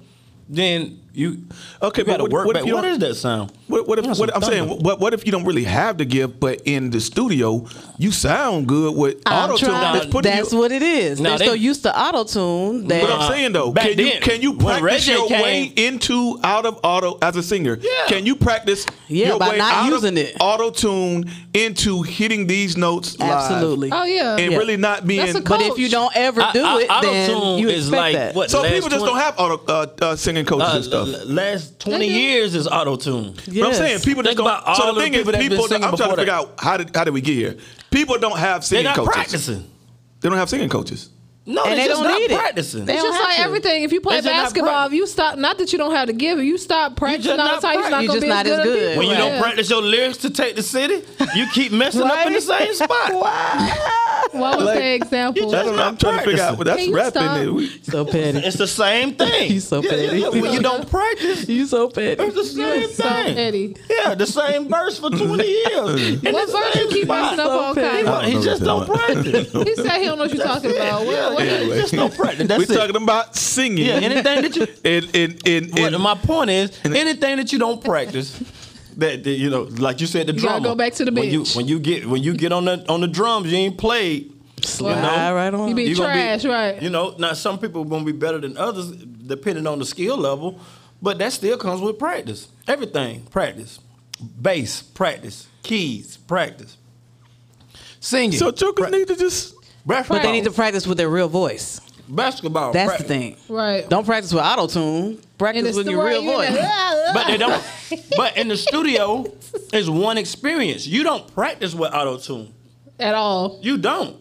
Speaker 1: then you
Speaker 3: Okay,
Speaker 1: You
Speaker 3: but
Speaker 1: gotta
Speaker 3: what-
Speaker 1: work
Speaker 3: what if
Speaker 1: back.
Speaker 3: you
Speaker 1: What
Speaker 3: don't-
Speaker 1: is that sound?
Speaker 3: What, what if
Speaker 1: That's
Speaker 3: what,
Speaker 1: some
Speaker 3: I'm saying?
Speaker 1: thunder.
Speaker 3: What, what if you don't really have the gift, but in the studio you sound good with
Speaker 5: I'm
Speaker 3: auto tune?
Speaker 5: trying-
Speaker 1: It's putting
Speaker 5: That's
Speaker 3: you,
Speaker 5: what it is.
Speaker 1: Now
Speaker 5: They're
Speaker 1: they-
Speaker 5: so used to auto tune that
Speaker 3: But I'm
Speaker 1: Uh,
Speaker 3: saying though,
Speaker 1: back
Speaker 3: can you
Speaker 1: then,
Speaker 3: can you
Speaker 1: when
Speaker 3: practice
Speaker 1: reggae
Speaker 3: your
Speaker 1: came-
Speaker 3: way into out of auto as a singer? Can you practice
Speaker 5: Yeah,
Speaker 3: your
Speaker 5: by
Speaker 3: way
Speaker 5: not
Speaker 3: out
Speaker 5: using
Speaker 3: of
Speaker 5: it.
Speaker 3: auto tune into hitting these notes live
Speaker 5: absolutely.
Speaker 2: Oh yeah.
Speaker 3: and
Speaker 5: Yeah.
Speaker 3: really not being?
Speaker 2: That's a
Speaker 5: But
Speaker 2: coach.
Speaker 5: if you don't ever do it, then
Speaker 1: auto-tune
Speaker 5: you
Speaker 1: is
Speaker 5: expect
Speaker 1: like
Speaker 5: that.
Speaker 1: what?
Speaker 3: so
Speaker 1: last
Speaker 3: people just
Speaker 1: 20
Speaker 3: don't have auto uh, uh, singing coaches
Speaker 1: uh,
Speaker 3: and stuff.
Speaker 1: l- l- last twenty
Speaker 2: They do.
Speaker 1: years is auto tune.
Speaker 3: But I'm
Speaker 5: Yes.
Speaker 3: saying people just
Speaker 1: Think
Speaker 3: don't.
Speaker 1: about
Speaker 3: so
Speaker 1: all
Speaker 3: the
Speaker 1: the
Speaker 3: thing is,
Speaker 1: people that been
Speaker 3: people.
Speaker 1: singing
Speaker 3: I'm trying to
Speaker 1: before
Speaker 3: figure
Speaker 1: that.
Speaker 3: out how did how did we get here? People don't have
Speaker 1: They're
Speaker 3: singing
Speaker 1: not
Speaker 3: coaches.
Speaker 1: practicing.
Speaker 3: They don't have singing coaches.
Speaker 1: No,
Speaker 5: And
Speaker 1: they
Speaker 5: they
Speaker 1: just
Speaker 5: don't
Speaker 1: not
Speaker 5: need it.
Speaker 1: practicing.
Speaker 5: They
Speaker 2: It's
Speaker 5: don't
Speaker 2: just
Speaker 5: have
Speaker 2: like
Speaker 5: to.
Speaker 2: everything. If you play
Speaker 1: It's just not
Speaker 2: basketball,
Speaker 1: practice.
Speaker 2: if you stop. Not that you don't have to give it. You stop practicing all
Speaker 1: not
Speaker 2: the time. You're not
Speaker 1: practice.
Speaker 2: gonna
Speaker 5: You're
Speaker 2: be
Speaker 5: just
Speaker 2: as
Speaker 5: not as
Speaker 2: good.
Speaker 5: good.
Speaker 1: when you
Speaker 2: Yeah.
Speaker 1: don't practice your lyrics to take the city, you keep messing up in the same
Speaker 5: Right?
Speaker 1: spot.
Speaker 2: What was
Speaker 3: Like,
Speaker 2: the example?
Speaker 3: That's what I'm trying to figure out. That's
Speaker 2: Can you
Speaker 3: rapping.
Speaker 2: stop?
Speaker 3: and we-
Speaker 5: so petty.
Speaker 1: It's the same thing.
Speaker 5: You so petty.
Speaker 1: When you don't practice,
Speaker 5: You so petty.
Speaker 1: it's the same
Speaker 2: So
Speaker 1: thing.
Speaker 2: petty.
Speaker 1: Yeah, the same verse for 20 years. In
Speaker 2: What
Speaker 1: the
Speaker 2: verse
Speaker 1: same
Speaker 2: you keep
Speaker 1: spot.
Speaker 2: messing up on?
Speaker 5: petty.
Speaker 2: Kanye?
Speaker 3: I
Speaker 1: He
Speaker 3: don't
Speaker 1: just
Speaker 3: know
Speaker 1: don't
Speaker 3: what that
Speaker 1: practice.
Speaker 2: He said he don't know what you're talking about. What- what-
Speaker 1: Yeah, just don't practice. That's
Speaker 3: We're
Speaker 1: it.
Speaker 3: talking about singing.
Speaker 1: Yeah, anything that you.
Speaker 3: and and and,
Speaker 1: But
Speaker 3: and
Speaker 1: my point is, anything that you don't practice, that, that, you know, like you said, the
Speaker 2: gotta
Speaker 1: drummer.
Speaker 2: go back to the
Speaker 1: When you
Speaker 2: bench.
Speaker 1: when you get when you get on the on the drums, you ain't played.
Speaker 5: Slide
Speaker 1: know,
Speaker 5: right on.
Speaker 2: You be
Speaker 1: You gonna
Speaker 2: trash, right?
Speaker 1: You know, now some people gonna be better than others depending on the skill level, but that still comes with practice. Everything practice, bass practice, keys practice, singing.
Speaker 3: so jokers need to just
Speaker 1: basketball,
Speaker 5: But they need to practice with their real voice.
Speaker 1: basketball.
Speaker 5: That's the
Speaker 1: practice.
Speaker 5: thing.
Speaker 2: Right.
Speaker 5: Don't practice with auto tune. Practice
Speaker 2: it's
Speaker 5: with
Speaker 2: the
Speaker 5: your
Speaker 2: right-
Speaker 5: real
Speaker 2: you know,
Speaker 5: voice.
Speaker 1: But they don't. But in the studio, it's one experience. You don't practice with auto tune.
Speaker 2: at all.
Speaker 1: You don't.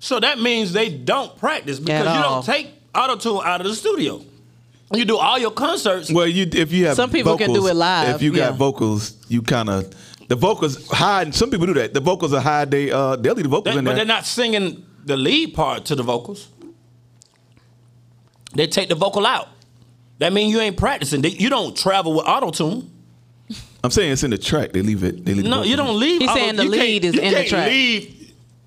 Speaker 1: So that means they don't practice because you
Speaker 5: all.
Speaker 1: don't take auto tune out of the studio. You do all your concerts.
Speaker 3: Well, you if you have
Speaker 5: Some people can
Speaker 3: vocals,
Speaker 5: do it live,
Speaker 3: If you got
Speaker 5: yeah.
Speaker 3: vocals, you kind of the vocals hide. Some people do that. The vocals are high. They uh they'll leave the vocals
Speaker 1: They-
Speaker 3: in
Speaker 1: but they're
Speaker 3: there.
Speaker 1: not singing the lead part to the vocals. They take the vocal out. That means you ain't practicing. They- You don't travel with auto tune.
Speaker 3: I'm saying it's in the track. They leave it. They leave the
Speaker 1: No,
Speaker 3: vocals
Speaker 1: you
Speaker 3: in.
Speaker 1: don't leave.
Speaker 5: He's
Speaker 1: auto-
Speaker 5: saying the
Speaker 1: you can't-
Speaker 5: lead is
Speaker 1: you
Speaker 5: in the
Speaker 1: can't
Speaker 5: track.
Speaker 1: leave.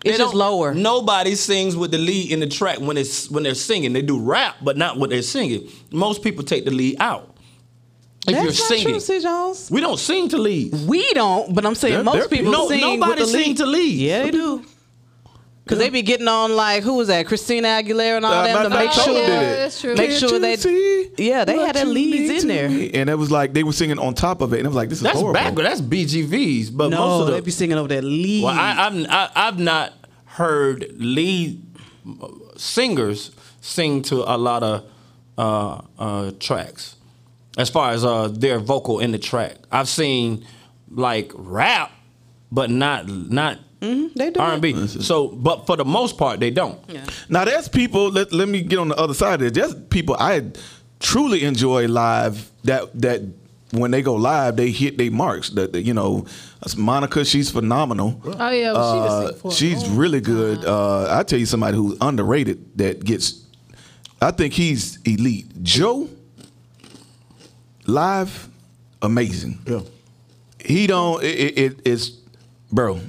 Speaker 1: They
Speaker 5: It's just
Speaker 1: don't-
Speaker 5: lower.
Speaker 1: Nobody sings with the lead in the track when it's when they're singing. They do rap, but not what they're singing. Most people take the lead out. If
Speaker 5: That's
Speaker 1: you're
Speaker 5: not
Speaker 1: singing,
Speaker 5: true, C. Jones.
Speaker 1: we don't sing to lead.
Speaker 5: We don't, but I'm saying
Speaker 3: There-
Speaker 5: most
Speaker 3: there-
Speaker 5: people
Speaker 1: no,
Speaker 5: sing
Speaker 1: nobody
Speaker 5: with the
Speaker 1: sing
Speaker 5: lead.
Speaker 1: to lead.
Speaker 5: Yeah, they do. Cause they be getting on like who was that? Christina Aguilera and all
Speaker 3: Uh,
Speaker 5: them to
Speaker 3: Matter of
Speaker 5: make
Speaker 3: fact,
Speaker 5: sure.
Speaker 3: Toto
Speaker 2: Yeah,
Speaker 3: did it.
Speaker 2: that's true.
Speaker 5: Make
Speaker 3: Can't
Speaker 5: sure
Speaker 3: you
Speaker 5: they-
Speaker 3: see
Speaker 5: yeah, they
Speaker 3: what
Speaker 5: had their
Speaker 3: you
Speaker 5: leads
Speaker 3: mean
Speaker 5: in
Speaker 3: to
Speaker 5: there.
Speaker 3: me? and it was like they were singing on top of it, and it was like this is
Speaker 1: That's
Speaker 3: horrible.
Speaker 1: backward. That's BGVs. But most
Speaker 5: No,
Speaker 1: of the
Speaker 5: they be singing over that lead.
Speaker 1: Well, I, I'm I, I've not heard lead singers sing to a lot of uh, uh, tracks, as far as uh, their vocal in the track. I've seen like rap, but not not
Speaker 2: Mm-hmm.
Speaker 5: Hmm? they do.
Speaker 1: R and B. So, but for the most part, they don't.
Speaker 3: Now there's people. Let, let me get on the other side of this. There's people I truly enjoy live. That that when they go live, they hit their marks. That that, you know, that's Monica, she's phenomenal.
Speaker 2: Oh yeah, well, she
Speaker 3: Uh,
Speaker 2: just for
Speaker 3: she's really good. Uh, I tell you, somebody who's underrated that gets. I think he's elite. Joe, live, amazing. Yeah. He don't. It, it, it's bro.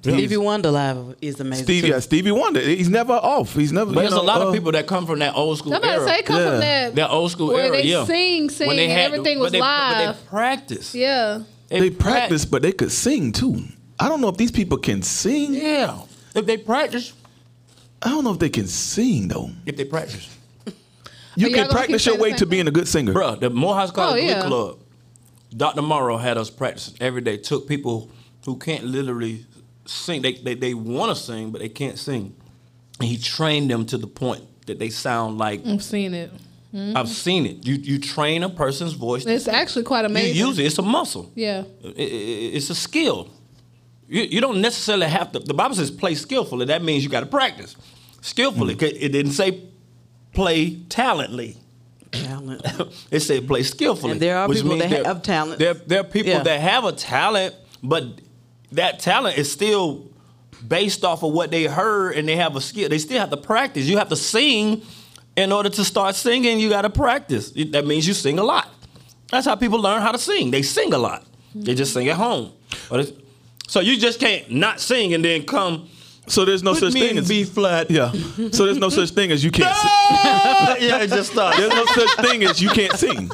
Speaker 5: Stevie Wonder live is amazing.
Speaker 3: Stevie,
Speaker 5: too.
Speaker 3: yeah, Stevie Wonder. He's never off. He's never.
Speaker 1: But
Speaker 3: you
Speaker 1: there's a
Speaker 3: know,
Speaker 1: lot
Speaker 3: uh,
Speaker 1: of people that come from that old school
Speaker 2: I'm about
Speaker 1: era.
Speaker 2: to say, come from
Speaker 3: Yeah.
Speaker 2: that.
Speaker 1: that old school
Speaker 2: where
Speaker 1: era,
Speaker 2: they
Speaker 1: yeah.
Speaker 2: sing,
Speaker 1: When
Speaker 2: sing,
Speaker 1: they
Speaker 2: and
Speaker 1: had-
Speaker 2: everything
Speaker 1: but
Speaker 2: was
Speaker 1: they- but
Speaker 2: live.
Speaker 1: They practice.
Speaker 2: Yeah.
Speaker 3: They practice, but they could sing too. I don't know if these people can sing.
Speaker 1: Yeah, if they practice,
Speaker 3: I don't know if they can sing though.
Speaker 1: if they practice.
Speaker 3: You
Speaker 2: y'all
Speaker 3: can
Speaker 2: gonna
Speaker 3: practice
Speaker 2: keep
Speaker 3: your
Speaker 2: saying the
Speaker 3: way
Speaker 2: same
Speaker 3: to being a good singer.
Speaker 1: Bruh, the Morehouse College
Speaker 2: Oh, yeah.
Speaker 1: Glee Club, Dr. Morrow had us practicing every day. Took people who can't literally sing. They they, they want to sing, but they can't sing. And he trained them to the point that they sound like
Speaker 2: I've seen it.
Speaker 1: I've seen it. You you train a person's voice.
Speaker 2: Mm-hmm. It's actually quite
Speaker 1: you
Speaker 2: amazing.
Speaker 1: use it. It's a muscle.
Speaker 2: Yeah.
Speaker 1: I- I- I- it's a skill. You, you don't necessarily have to. The Bible says play skillfully. That means you got to practice skillfully. 'Cause It didn't say play talently.
Speaker 5: Talent.
Speaker 1: They say play skillfully.
Speaker 5: And there are
Speaker 1: which
Speaker 5: people
Speaker 1: means
Speaker 5: that
Speaker 1: there-
Speaker 5: have talents.
Speaker 1: There, there are people
Speaker 5: Yeah.
Speaker 1: that have a talent, but that talent is still based off of what they heard and they have a skill. They still have to practice. You have to sing in order to start singing, you got to practice. It- That means you sing a lot. That's how people learn how to sing. They sing a lot. They just sing at home. But it's- so you just can't not sing and then come
Speaker 3: So there's no
Speaker 1: put
Speaker 3: such
Speaker 1: me
Speaker 3: thing
Speaker 1: in
Speaker 3: as
Speaker 1: B flat.
Speaker 3: yeah. So there's no such thing as you can't. sing.
Speaker 1: yeah, it just starts.
Speaker 3: There's no such thing as you can't sing.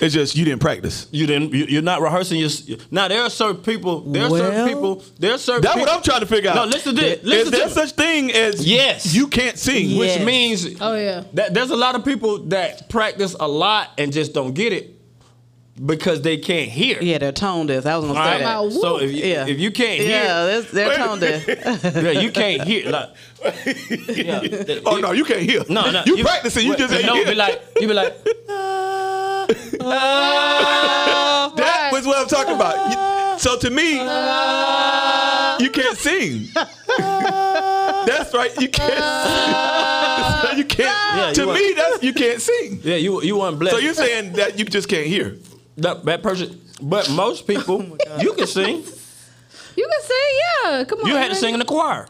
Speaker 3: It's just you didn't practice.
Speaker 1: You didn't. You, you're not rehearsing. Your, s- now there are certain people. There are certain
Speaker 5: Well-
Speaker 1: people. There are certain.
Speaker 3: That's
Speaker 1: people,
Speaker 3: what I'm trying to figure out.
Speaker 1: No, listen to this. Listen
Speaker 3: is there
Speaker 1: to
Speaker 3: such thing as
Speaker 1: Yes.
Speaker 3: you can't sing?
Speaker 5: Yeah.
Speaker 1: Which
Speaker 5: Yes.
Speaker 1: means.
Speaker 2: Oh, yeah.
Speaker 1: That there's a lot of people that practice a lot and just don't get it because they can't hear.
Speaker 5: Yeah, they're tone deaf. I was gonna
Speaker 1: All
Speaker 5: say
Speaker 1: right?
Speaker 5: that.
Speaker 2: Wow, woo.
Speaker 1: So if you,
Speaker 5: Yeah.
Speaker 1: if you can't
Speaker 5: Yeah,
Speaker 1: hear,
Speaker 5: that's, they're tone deaf.
Speaker 1: yeah, you can't hear. Like, yeah.
Speaker 3: Oh no, you can't hear.
Speaker 1: No, no.
Speaker 3: You, practicing, you just ain't
Speaker 1: no.
Speaker 3: hear.
Speaker 1: Be like, you be like.
Speaker 3: that was what I'm talking about. You- So to me, you can't sing. that's right, you can't. sing. you can't.
Speaker 1: Yeah, you
Speaker 3: to
Speaker 1: are-
Speaker 3: me, that's you can't sing.
Speaker 1: Yeah, you you weren't blessed.
Speaker 3: So you're saying that you just can't hear.
Speaker 1: that, that person. But most people, you can sing.
Speaker 2: You can sing, yeah. Come on.
Speaker 1: You had to
Speaker 2: man.
Speaker 1: sing in the choir.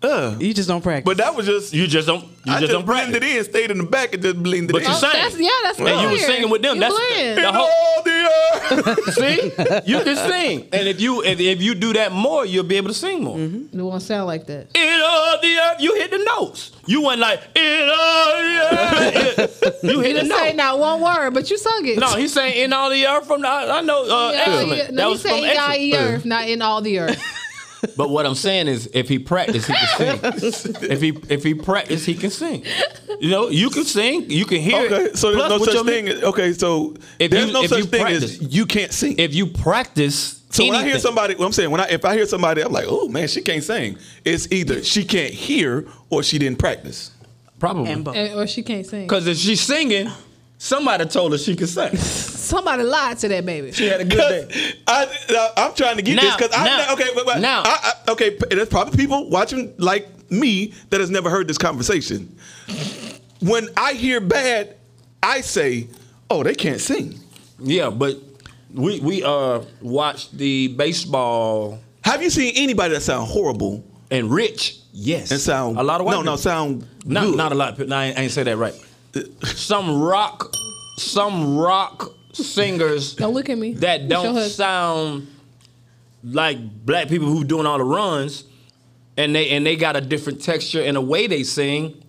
Speaker 5: You just don't practice.
Speaker 3: But that was just
Speaker 1: You just don't. You just,
Speaker 3: I just
Speaker 1: don't practice.
Speaker 3: blended in, stayed in the back, and just blended
Speaker 1: But
Speaker 3: in.
Speaker 1: you
Speaker 2: Oh,
Speaker 1: sang.
Speaker 2: that's, yeah, that's
Speaker 1: And you were
Speaker 2: clear.
Speaker 1: singing with them.
Speaker 2: You
Speaker 1: That's
Speaker 2: blend.
Speaker 1: the
Speaker 3: In
Speaker 1: whole.
Speaker 3: all the earth.
Speaker 1: See, you can sing, and if you if, if you do that more, you'll be able to sing more.
Speaker 2: It won't sound like that.
Speaker 1: In all the earth, you hit the notes. You went like in all the earth. you hit the
Speaker 2: Didn't say
Speaker 1: note.
Speaker 2: not one word, but you sung it.
Speaker 1: No, he's saying in all the earth from the. I I know, uh,
Speaker 2: Yeah,
Speaker 1: excellent.
Speaker 2: yeah.
Speaker 1: that
Speaker 2: No, he
Speaker 1: was from
Speaker 2: said in all
Speaker 1: excellent.
Speaker 2: the earth, not in all the earth.
Speaker 1: But what I'm saying is, if he practice, he can sing. if he if he practice, he can sing. You know, you can sing, you can hear.
Speaker 3: Okay,
Speaker 1: it.
Speaker 3: so there's
Speaker 1: Plus,
Speaker 3: no
Speaker 1: with
Speaker 3: such
Speaker 1: your mu-
Speaker 3: thing. as- Okay, so
Speaker 1: If
Speaker 3: there's
Speaker 1: you-
Speaker 3: no
Speaker 1: if
Speaker 3: such
Speaker 1: you
Speaker 3: thing
Speaker 1: practice-
Speaker 3: as you can't sing.
Speaker 1: If you practice,
Speaker 3: So when I hear
Speaker 1: anything-
Speaker 3: somebody, what I'm saying, when I if I hear somebody, I'm like, oh man, she can't sing. It's either she can't hear or she didn't practice.
Speaker 1: probably
Speaker 5: And both.
Speaker 2: And- or she can't sing.
Speaker 1: Because if she's singing, Somebody told her she could sing.
Speaker 2: Somebody lied to that baby.
Speaker 1: She had a good day.
Speaker 3: I, am trying to get
Speaker 1: Now-
Speaker 3: this because I'm
Speaker 1: now-
Speaker 3: not, okay. But, but
Speaker 1: now-
Speaker 3: I, I, okay, p- there's probably people watching like me that has never heard this conversation. When I hear bad, I say, "Oh, they can't sing."
Speaker 1: Yeah, but we we uh watched the baseball
Speaker 3: Have you seen anybody that sound horrible
Speaker 1: and Rich. Yes,
Speaker 3: and sound
Speaker 1: a lot of white
Speaker 3: no, no,
Speaker 1: people.
Speaker 3: sound
Speaker 1: not
Speaker 3: good? Uh,
Speaker 1: not a lot. of people. No, I ain't, I ain't say that right. Some rock, some rock singers
Speaker 2: Don't look at me.
Speaker 1: that
Speaker 2: It's
Speaker 1: don't
Speaker 2: your husband.
Speaker 1: sound like black people who doing all the runs, and they and they got a different texture and a way they sing,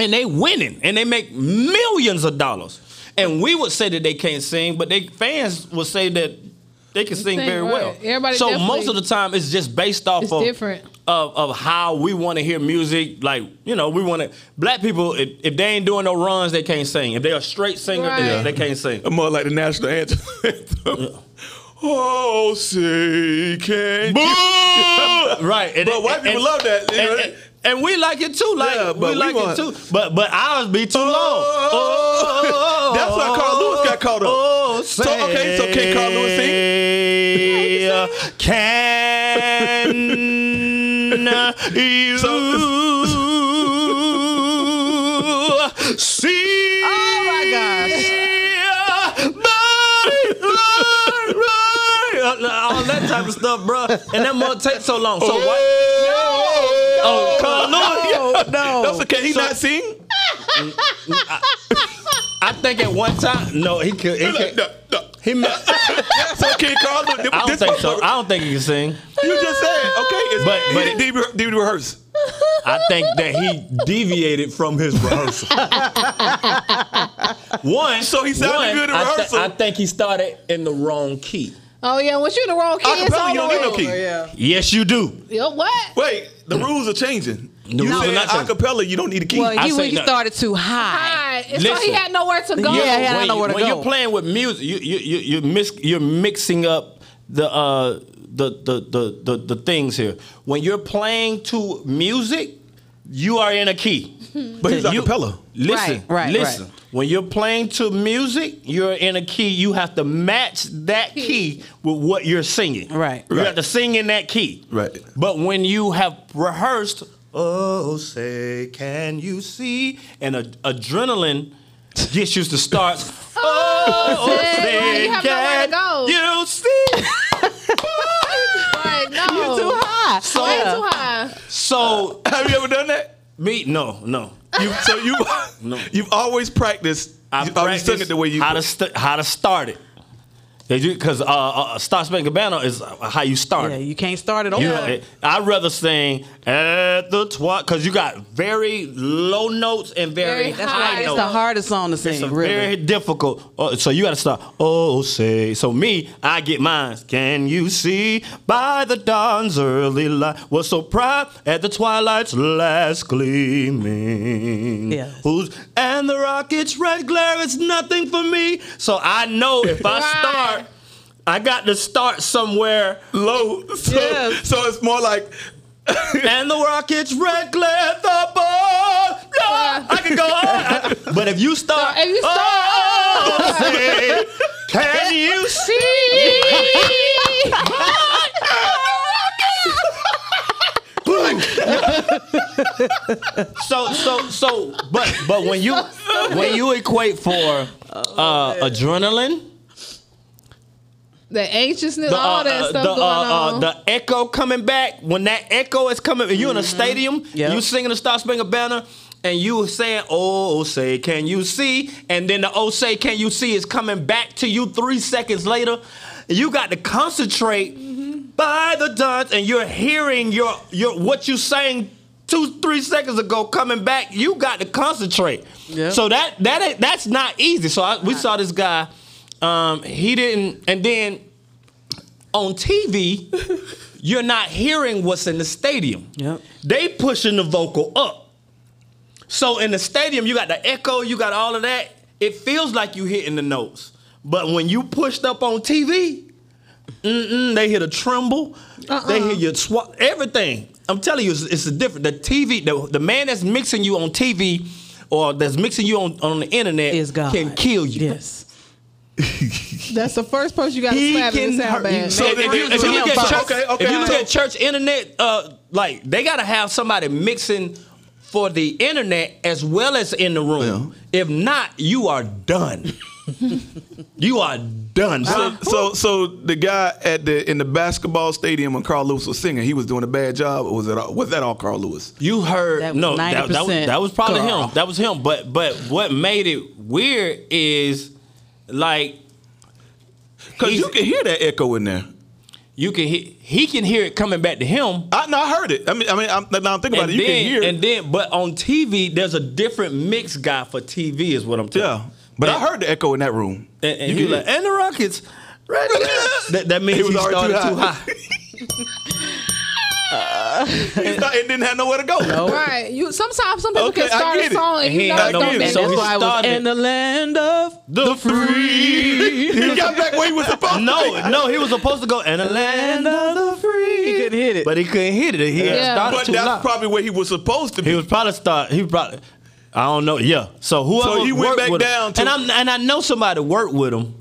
Speaker 1: and they winning and they make millions of dollars. And we would say that they can't sing, but they fans would say that they can sing,
Speaker 2: Sing,
Speaker 1: very
Speaker 2: right.
Speaker 1: well.
Speaker 2: Everybody
Speaker 1: so
Speaker 2: definitely-
Speaker 1: most of the time, it's just based off
Speaker 2: It's
Speaker 1: of
Speaker 2: different.
Speaker 1: of, of how we want to hear music. Like, you know, we want to. Black people, if, if they ain't doing no runs, they can't sing. If they are straight singer,
Speaker 2: Right.
Speaker 1: they- they can't sing.
Speaker 3: more like the national anthem. oh, say can you?
Speaker 1: Right. And,
Speaker 3: But white people love that, you
Speaker 1: And,
Speaker 3: know?
Speaker 1: and- and we like it too. Like,
Speaker 3: Yeah, but
Speaker 1: we
Speaker 3: we
Speaker 1: like
Speaker 3: want-
Speaker 1: it too. But but ours be too long. Oh,
Speaker 3: That's why Carl Lewis got caught up.
Speaker 1: Oh,
Speaker 3: So, okay, so can Carl Lewis sing?
Speaker 1: sing? Can you see?
Speaker 5: Oh my gosh.
Speaker 1: All that type of stuff, bro, and that mother take so long. So what? Oh, Carl Lewis.
Speaker 5: Oh no.
Speaker 3: That's okay. He not sing.
Speaker 1: I think at one time, no, he could. He, could,
Speaker 3: No, no.
Speaker 1: he ma-
Speaker 3: That's okay, Carl. Look,
Speaker 1: I don't
Speaker 3: this
Speaker 1: think so.
Speaker 3: motherfucker-
Speaker 1: I don't think he can sing.
Speaker 3: You just said okay. It's,
Speaker 1: But-
Speaker 3: but
Speaker 1: but-
Speaker 3: did, did, he rehe- did he rehearse?
Speaker 1: I think that he deviated from his rehearsal. one,
Speaker 3: So he sounded
Speaker 1: one,
Speaker 3: good at
Speaker 1: I thi-
Speaker 3: rehearsal.
Speaker 1: I think he started in the wrong key.
Speaker 2: Oh yeah, once you in the wrong key, it's
Speaker 3: Acapella,
Speaker 2: all
Speaker 3: you don't need no
Speaker 2: over.
Speaker 3: key.
Speaker 5: Yeah.
Speaker 1: Yes, you do.
Speaker 2: Yo, what?
Speaker 3: Wait, the rules are changing. you
Speaker 1: rules are
Speaker 3: said
Speaker 1: not changing.
Speaker 3: acapella, you don't need a key.
Speaker 5: Well,
Speaker 1: I
Speaker 5: he,
Speaker 1: say
Speaker 5: he
Speaker 1: that-
Speaker 5: started too high.
Speaker 2: Hi. It's so he
Speaker 1: Listen.
Speaker 2: had nowhere to go.
Speaker 5: Yeah, yeah. I
Speaker 1: when,
Speaker 5: know where to
Speaker 1: when
Speaker 5: go.
Speaker 1: you're playing with music, you you you you mix you're mixing up the uh the the the the, the things here. When you're playing to music, you are in a key.
Speaker 3: but he's
Speaker 1: you-
Speaker 3: acapella.
Speaker 1: Listen,
Speaker 5: Right, right,
Speaker 1: listen.
Speaker 5: right.
Speaker 1: When you're playing to music, you're in a key. You have to match that key with what you're singing.
Speaker 5: Right.
Speaker 1: You have
Speaker 3: Right.
Speaker 1: to sing in that key.
Speaker 3: Right.
Speaker 1: But when you have rehearsed, oh say can you see, and a, adrenaline gets you to start. oh
Speaker 2: say,
Speaker 1: say
Speaker 2: you have nowhere to go.
Speaker 1: can you see?
Speaker 2: Like, no.
Speaker 5: Too high.
Speaker 1: So-
Speaker 2: Way
Speaker 5: Yeah.
Speaker 2: too high.
Speaker 1: So
Speaker 3: Have you ever done that?
Speaker 1: me no no.
Speaker 3: You, so you, you've always practiced.
Speaker 1: I
Speaker 3: you always sung
Speaker 1: practice
Speaker 3: it the way you.
Speaker 1: how to st- how to start it. Because uh, uh, Star Spangled Banner is uh, how you start.
Speaker 5: Yeah,
Speaker 1: it.
Speaker 5: you can't start it over.
Speaker 1: You know, it- I'd rather sing at the twat because you got very low notes and very,
Speaker 2: Very
Speaker 5: That's
Speaker 1: high
Speaker 5: why it's
Speaker 1: notes.
Speaker 5: the hardest song to
Speaker 1: It's
Speaker 5: sing,
Speaker 1: a
Speaker 5: really.
Speaker 1: very difficult. uh, so you got to start. Oh, say. So me, I get mine. Can you see by the dawn's early light? Was so proud at the twilight's last gleaming.
Speaker 5: Yes.
Speaker 1: Who's and the rocket's red glare is nothing for me. So I know if I
Speaker 2: Right.
Speaker 1: start, I got to start somewhere.
Speaker 3: low. So,
Speaker 5: Yes.
Speaker 3: so it's more like
Speaker 1: and the rocket's red glare, the ball. No, I can go on. I- but if you start,
Speaker 2: Uh. If you start-
Speaker 1: oh, say, can you see? so so so but but when you when you equate for uh, adrenaline
Speaker 2: The anxiousness,
Speaker 1: the,
Speaker 2: all that
Speaker 1: uh,
Speaker 2: stuff
Speaker 1: the,
Speaker 2: going
Speaker 1: uh,
Speaker 2: on.
Speaker 1: uh, the echo coming back when that echo is coming and you
Speaker 2: Mm-hmm.
Speaker 1: in a stadium
Speaker 5: Yep.
Speaker 1: you singing the Star Spangled Banner and you saying oh say can you see and then the oh say can you see is coming back to you three seconds later you got to concentrate
Speaker 2: Mm-hmm.
Speaker 1: by the duns and you're hearing your your what you sang two three seconds ago coming back you got to concentrate
Speaker 5: Yep.
Speaker 1: so that that ain't- that's not easy so I, we saw this guy um, he didn't and then on TV, you're not hearing what's in the stadium.
Speaker 5: Yep.
Speaker 1: They pushing the vocal up. So in the stadium, you got the echo, you got all of that. It feels like you hitting the notes. But when you pushed up on TV, mm-mm, they hear the tremble.
Speaker 5: Uh-uh.
Speaker 1: They hear your swat, everything. I'm telling you, it's, it's different. The TV, the, the man that's mixing you on TV or that's mixing you on, on the internet
Speaker 5: Is God.
Speaker 1: can kill you.
Speaker 5: Yes.
Speaker 2: That's the first person you got to
Speaker 1: He
Speaker 2: slap
Speaker 1: can
Speaker 2: in the sound
Speaker 1: hurt you.
Speaker 2: bad.
Speaker 1: So if,
Speaker 3: they-
Speaker 1: you, if you look at
Speaker 3: okay,
Speaker 1: church,
Speaker 3: okay,
Speaker 1: if you look
Speaker 3: so-
Speaker 1: at church internet, uh, like they gotta have somebody mixing for the internet as well as in the room. If not, you are done. you are done. So,
Speaker 3: So, so the guy at the in the basketball stadium when Carl Lewis was singing, he was doing a bad job. Or was it all, was that all Carl Lewis?
Speaker 1: you heard
Speaker 5: That was
Speaker 1: no that, that, was,
Speaker 5: 90%
Speaker 1: that was probably
Speaker 5: girl.
Speaker 1: him. That was him. But but what made it weird is like
Speaker 3: Because
Speaker 1: He's-
Speaker 3: you can hear that echo in there.
Speaker 1: you can he, he can hear it coming back to him.
Speaker 3: I know I heard it. I mean, I mean, I'm, now I'm thinking about it. You
Speaker 1: then,
Speaker 3: can hear.
Speaker 1: and then, but on TV, there's a different mix guy for TV, is what I'm telling.
Speaker 3: yeah, but
Speaker 1: and,
Speaker 3: I heard the echo in that room.
Speaker 1: and, and
Speaker 3: You
Speaker 1: he
Speaker 3: can-
Speaker 1: like, "Eh, and the Rockets, right there." that, that means
Speaker 3: It was
Speaker 1: he
Speaker 3: already
Speaker 1: started too
Speaker 3: too high.
Speaker 1: high.
Speaker 3: It's not- it didn't have nowhere to go.
Speaker 2: Right. You sometimes some people
Speaker 3: Okay,
Speaker 2: can
Speaker 3: I
Speaker 2: start
Speaker 3: get
Speaker 2: a
Speaker 3: it.
Speaker 2: song and
Speaker 1: And he
Speaker 2: you know
Speaker 1: ain't
Speaker 2: it's
Speaker 1: got no
Speaker 2: gonna be
Speaker 1: music. So
Speaker 5: That's
Speaker 1: he
Speaker 5: why I was
Speaker 1: started-
Speaker 5: in the land of
Speaker 1: The free.
Speaker 3: he got back where he was supposed to. be.
Speaker 1: no, no, he was supposed to go and the land of the free.
Speaker 5: He couldn't hit it.
Speaker 1: but he couldn't hit it. He
Speaker 2: Yeah.
Speaker 1: had started
Speaker 3: but
Speaker 1: too
Speaker 3: that's
Speaker 1: loud.
Speaker 3: probably where he was supposed to be.
Speaker 1: He was probably start. He probably. I don't know. Yeah. So whoever
Speaker 3: So he went
Speaker 1: worked
Speaker 3: back
Speaker 1: with him-
Speaker 3: down to-
Speaker 1: and I'm and I know somebody worked with him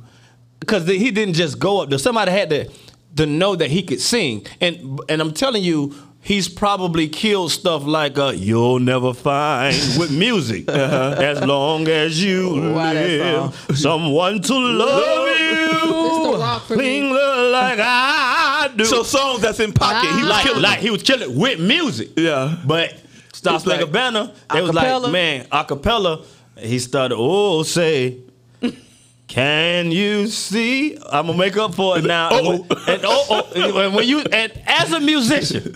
Speaker 1: because he didn't just go up there. Somebody had to to know that he could sing. And and I'm telling you, he's probably killed stuff like uh, "You'll Never Find" with music. As long as you
Speaker 5: Wow, that
Speaker 1: live, someone to love you,
Speaker 2: It's the rock for
Speaker 1: cling
Speaker 2: me.
Speaker 1: like I do.
Speaker 3: so songs that's in pocket. He was
Speaker 2: Nah.
Speaker 1: like,
Speaker 3: killing.
Speaker 1: like he was killing with music.
Speaker 3: Yeah.
Speaker 1: But Star
Speaker 3: It's like
Speaker 1: Spangled Banner, they was like,
Speaker 5: acapella.
Speaker 1: man, acapella. He started, oh, say, can you see? I'm gonna make up for it now.
Speaker 3: Uh-oh.
Speaker 1: And, oh, oh, and when you and as a musician,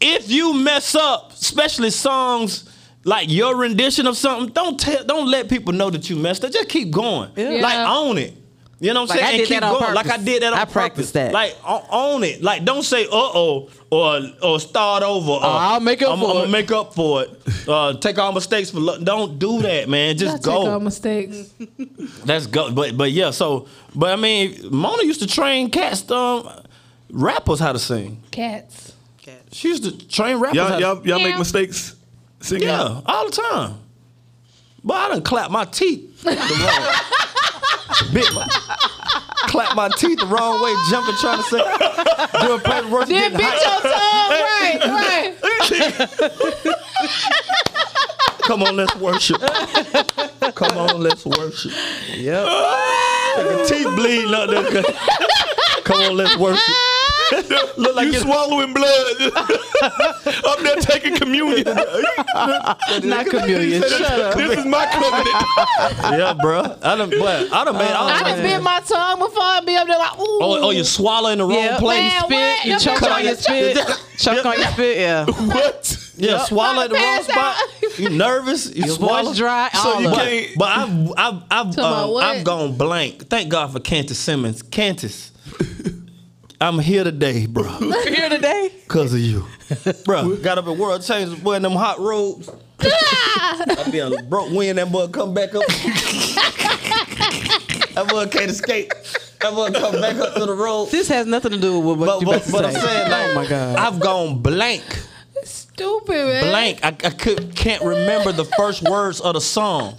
Speaker 1: if you mess up, especially songs like your rendition of something, don't tell, don't let people know that you messed up. Just keep going.
Speaker 5: Yeah.
Speaker 1: Like
Speaker 2: Yeah.
Speaker 1: own it. You know what I'm
Speaker 5: Like, I
Speaker 1: saying? and
Speaker 5: did
Speaker 1: keep
Speaker 5: that on
Speaker 1: going. Like I
Speaker 5: purpose.
Speaker 1: did that on
Speaker 5: I practiced
Speaker 1: purpose.
Speaker 5: that.
Speaker 1: Like o- own it. Like don't say uh oh or or start over. Or,
Speaker 5: Uh, I'll make up
Speaker 1: I'm,
Speaker 5: for
Speaker 1: I'm
Speaker 5: it."
Speaker 1: gonna make up for it. Uh, take all mistakes for. Lo- don't do that, man.
Speaker 2: I
Speaker 1: Just
Speaker 2: take
Speaker 1: go.
Speaker 2: all mistakes.
Speaker 1: That's go. But but yeah. So but I mean, Mona used to train cats um rappers how to sing.
Speaker 2: Cats.
Speaker 1: She used to train rappers. how
Speaker 3: y'all,
Speaker 1: to-
Speaker 3: y'all, y'all make
Speaker 2: Yeah.
Speaker 3: mistakes. Singing.
Speaker 1: yeah, all the time. But I done clap my teeth the wrong. Bit my- clap my teeth the wrong way, jumping, trying to say, doing paperwork,
Speaker 2: Then
Speaker 1: getting
Speaker 2: bit your tongue.
Speaker 1: hot.
Speaker 2: Right, right.
Speaker 1: Come on, let's worship. Come on, let's worship.
Speaker 5: Yep.
Speaker 1: Your teeth bleeding out there. Come on, let's worship. Look like
Speaker 3: you
Speaker 1: it's
Speaker 3: swallowing blood. I'm there taking communion.
Speaker 5: Not chameleon. Shut up.
Speaker 3: this is my covenant.
Speaker 1: yeah, bro. I done, but I done made all
Speaker 2: Uh, I
Speaker 1: kinds
Speaker 2: done
Speaker 1: of-
Speaker 2: bit my tongue before I be up there like, ooh.
Speaker 1: Oh, oh, you swallow in the wrong
Speaker 5: Yeah.
Speaker 1: place.
Speaker 2: Man,
Speaker 5: Spit.
Speaker 2: what?
Speaker 5: You
Speaker 2: Them
Speaker 5: choke
Speaker 2: bitches
Speaker 5: on your
Speaker 2: just-
Speaker 5: spit. Choke on your spit. Yeah.
Speaker 3: what?
Speaker 1: Yeah, swallow at
Speaker 2: Trying
Speaker 1: the
Speaker 2: to
Speaker 1: wrong
Speaker 2: pass out.
Speaker 1: spot. You nervous? You swallow.
Speaker 5: Voice dry.
Speaker 3: So
Speaker 5: all
Speaker 3: you
Speaker 5: of it.
Speaker 3: can't.
Speaker 1: But I've I've I've,
Speaker 2: about
Speaker 1: um,
Speaker 2: what?
Speaker 1: I've gone blank. Thank God for Cantus Simmons. Cantus, I'm here today, bro,
Speaker 5: You here today.
Speaker 1: because of you, bro. Got up at World Change wearing them hot robes.
Speaker 5: Ah!
Speaker 1: I be a broke wind. That boy come back up. that boy can't escape. That boy come back up to the road.
Speaker 5: This has nothing to do with what
Speaker 1: But,
Speaker 5: you
Speaker 1: but,
Speaker 5: about to
Speaker 1: but I'm
Speaker 5: say.
Speaker 1: saying, like,
Speaker 5: oh my god.
Speaker 1: I've gone blank.
Speaker 2: Stupid, man.
Speaker 1: blank. I, I could, can't remember the first words of the song,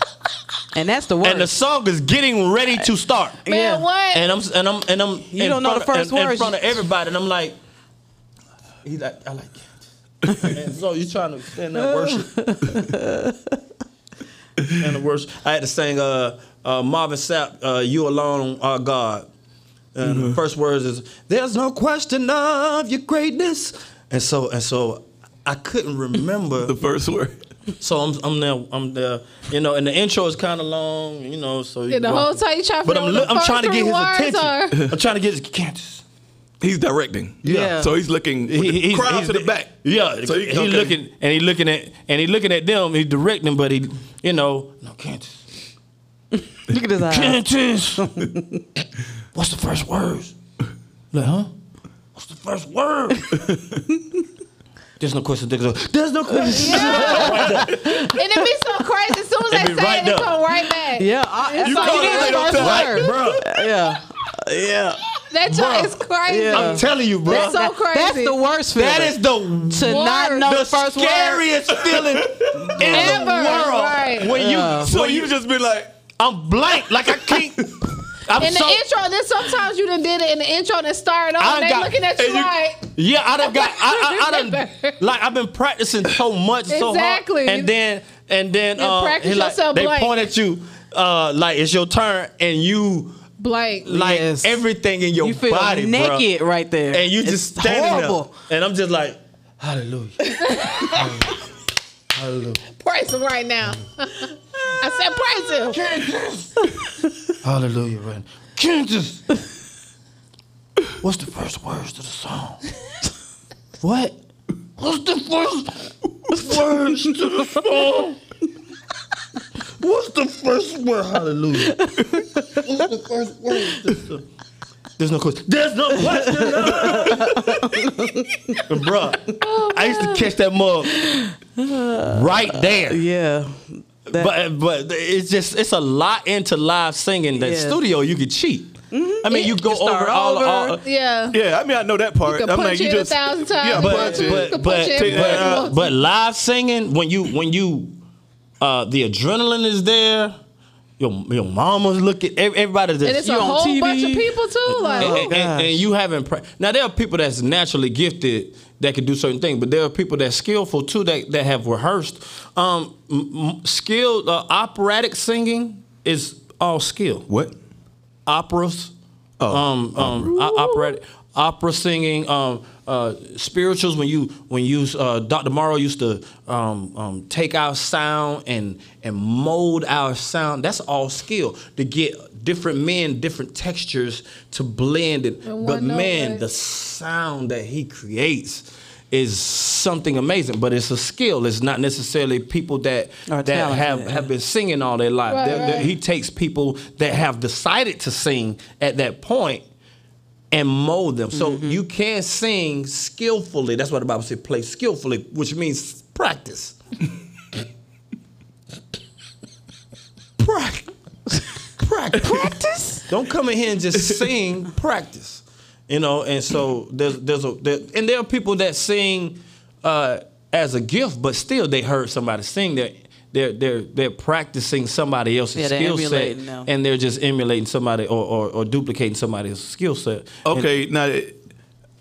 Speaker 5: and that's the word.
Speaker 1: and the song is getting ready to start.
Speaker 2: Man,
Speaker 5: Yeah.
Speaker 2: what?
Speaker 1: And I'm and I'm and I'm
Speaker 5: You
Speaker 1: in
Speaker 5: don't know
Speaker 1: front of-
Speaker 5: the first
Speaker 1: in, in
Speaker 5: words.
Speaker 1: front of everybody, and I'm like, he's like, I like. it. and so you trying to extend that worship and the worship. I had to sing uh, uh, Marvin Sapp, uh, "You Alone Are God." And
Speaker 5: Mm-hmm.
Speaker 1: the first words is, "There's no question of your greatness," and so and so. I couldn't remember
Speaker 3: The first word.
Speaker 1: so I'm I'm there I'm there you know and the intro is kind of long you know so you
Speaker 2: And the whole time you try to
Speaker 1: but
Speaker 2: figure
Speaker 1: I'm
Speaker 2: out
Speaker 1: look,
Speaker 2: what the
Speaker 1: I'm trying to get
Speaker 2: first
Speaker 1: his
Speaker 2: three words
Speaker 1: attention
Speaker 2: are.
Speaker 1: I'm trying to get his Candace
Speaker 3: He's directing.
Speaker 5: Yeah.
Speaker 3: So he's looking. With the crowd to the back.
Speaker 1: yeah
Speaker 3: So
Speaker 1: so
Speaker 3: he-
Speaker 1: he,
Speaker 3: okay.
Speaker 1: looking and he looking at and he looking at them he directing but he you know no Candace
Speaker 5: Look at his eyes.
Speaker 1: Candace what's the first words like huh what's the first word there's no question there's no question
Speaker 2: And it be so crazy. As soon as I
Speaker 1: It
Speaker 2: say
Speaker 1: be right
Speaker 2: it, it
Speaker 1: there.
Speaker 2: come right back.
Speaker 5: Yeah. I,
Speaker 2: You
Speaker 5: it's like
Speaker 2: call it,
Speaker 5: it
Speaker 2: they
Speaker 5: is
Speaker 2: don't
Speaker 5: first
Speaker 3: tell.
Speaker 5: word.
Speaker 1: bro
Speaker 5: Yeah. Yeah.
Speaker 2: That
Speaker 6: Bruh.
Speaker 2: joint is crazy.
Speaker 5: Yeah.
Speaker 6: I'm telling you, bro.
Speaker 2: That's so crazy.
Speaker 5: That's the worst feeling.
Speaker 6: That is the
Speaker 5: to not
Speaker 2: worst.
Speaker 5: know
Speaker 6: the
Speaker 5: first word.
Speaker 6: scariest feeling in
Speaker 2: Ever,
Speaker 6: the world.
Speaker 2: right.
Speaker 6: When you
Speaker 5: Yeah.
Speaker 6: so
Speaker 3: So
Speaker 6: you
Speaker 3: you just be like,
Speaker 6: I'm blank, like I can't. I'm
Speaker 2: In the
Speaker 6: so
Speaker 2: intro, then sometimes you done did it in the intro and it started off.
Speaker 6: I
Speaker 2: and They
Speaker 6: got-
Speaker 2: looking at you,
Speaker 6: and you-
Speaker 2: like
Speaker 6: yeah, I done got
Speaker 1: I, I, I done, like I've been practicing so much, so
Speaker 2: Exactly.
Speaker 1: hard, and then and then
Speaker 2: You
Speaker 1: uh,
Speaker 2: practice
Speaker 1: he like-
Speaker 2: yourself
Speaker 1: they
Speaker 2: blank.
Speaker 1: point at you, uh, like it's your turn, and you
Speaker 2: Blake.
Speaker 1: like
Speaker 5: Yes.
Speaker 1: everything in your
Speaker 5: You feel
Speaker 1: body, bruh.
Speaker 5: naked right there,
Speaker 1: and you
Speaker 5: It's
Speaker 1: just standing
Speaker 5: horrible.
Speaker 1: there, and I'm just like, hallelujah. Hallelujah.
Speaker 2: praise him right now. I said praise him.
Speaker 1: Hallelujah. Right. Kansas. What's the first words to the song? What? What's the first words to the song? What's the first word? Hallelujah. What's the first word? to the song? There's no question. There's no question. Bruh, I used to catch that mug right there.
Speaker 5: Yeah, that,
Speaker 1: But but it's just it's a lot into live singing. That
Speaker 5: Yeah.
Speaker 1: studio you could cheat.
Speaker 2: Mm-hmm.
Speaker 1: I mean, you go
Speaker 5: You start
Speaker 1: over all, all
Speaker 5: over.
Speaker 2: Yeah.
Speaker 3: yeah. I mean, I know that part.
Speaker 2: could
Speaker 3: I'm
Speaker 2: punch
Speaker 3: like, you
Speaker 2: it a
Speaker 3: just
Speaker 2: thousand times.
Speaker 3: Yeah,
Speaker 2: But-
Speaker 3: punch it.
Speaker 1: but
Speaker 2: could
Speaker 1: but
Speaker 2: punch
Speaker 1: but,
Speaker 2: it everywhere you
Speaker 1: but,
Speaker 2: want.
Speaker 1: but live singing when you when you uh the adrenaline is there. Your your mama's looking. ev- Everybody's just
Speaker 2: And it's
Speaker 5: You
Speaker 2: a
Speaker 5: on
Speaker 2: whole
Speaker 5: TV.
Speaker 2: bunch of people too. Like
Speaker 1: and, and- and-
Speaker 5: gosh.
Speaker 1: and you haven't. Pra- now there are people that's naturally gifted that can do certain things, but there are people that's skillful too that that have rehearsed. Um, m- m- skilled uh, operatic singing is all skill.
Speaker 3: what?
Speaker 1: Operas, um, um, o- operatic opera singing. Um, uh, spirituals when you when you uh, Dr. Morrow used to um, um, take our sound and and mold our sound. That's all skill to get different men, different textures to blend it.
Speaker 2: In
Speaker 1: But
Speaker 2: one note,
Speaker 1: man,
Speaker 2: right?
Speaker 1: the sound that he creates is something amazing. But it's a skill. It's not necessarily people that
Speaker 5: Are
Speaker 1: that have,
Speaker 5: talented.
Speaker 1: have been singing all their life.
Speaker 2: Right,
Speaker 1: They're- they're-
Speaker 2: right.
Speaker 1: He takes people that have decided to sing at that point and mold them. So you can sing skillfully. That's why the Bible says play skillfully, which means practice. practice. practice. Practice. Don't come in here and just sing. Practice. You know, and so there's there's a there, and there are people that sing uh, as a gift, but still they heard somebody sing. They're they're they're, they're practicing somebody else's
Speaker 5: Yeah, they're
Speaker 1: skill set,
Speaker 5: emulating them.
Speaker 1: and they're just emulating somebody or, or, or duplicating somebody else's skill set.
Speaker 3: Okay, now it-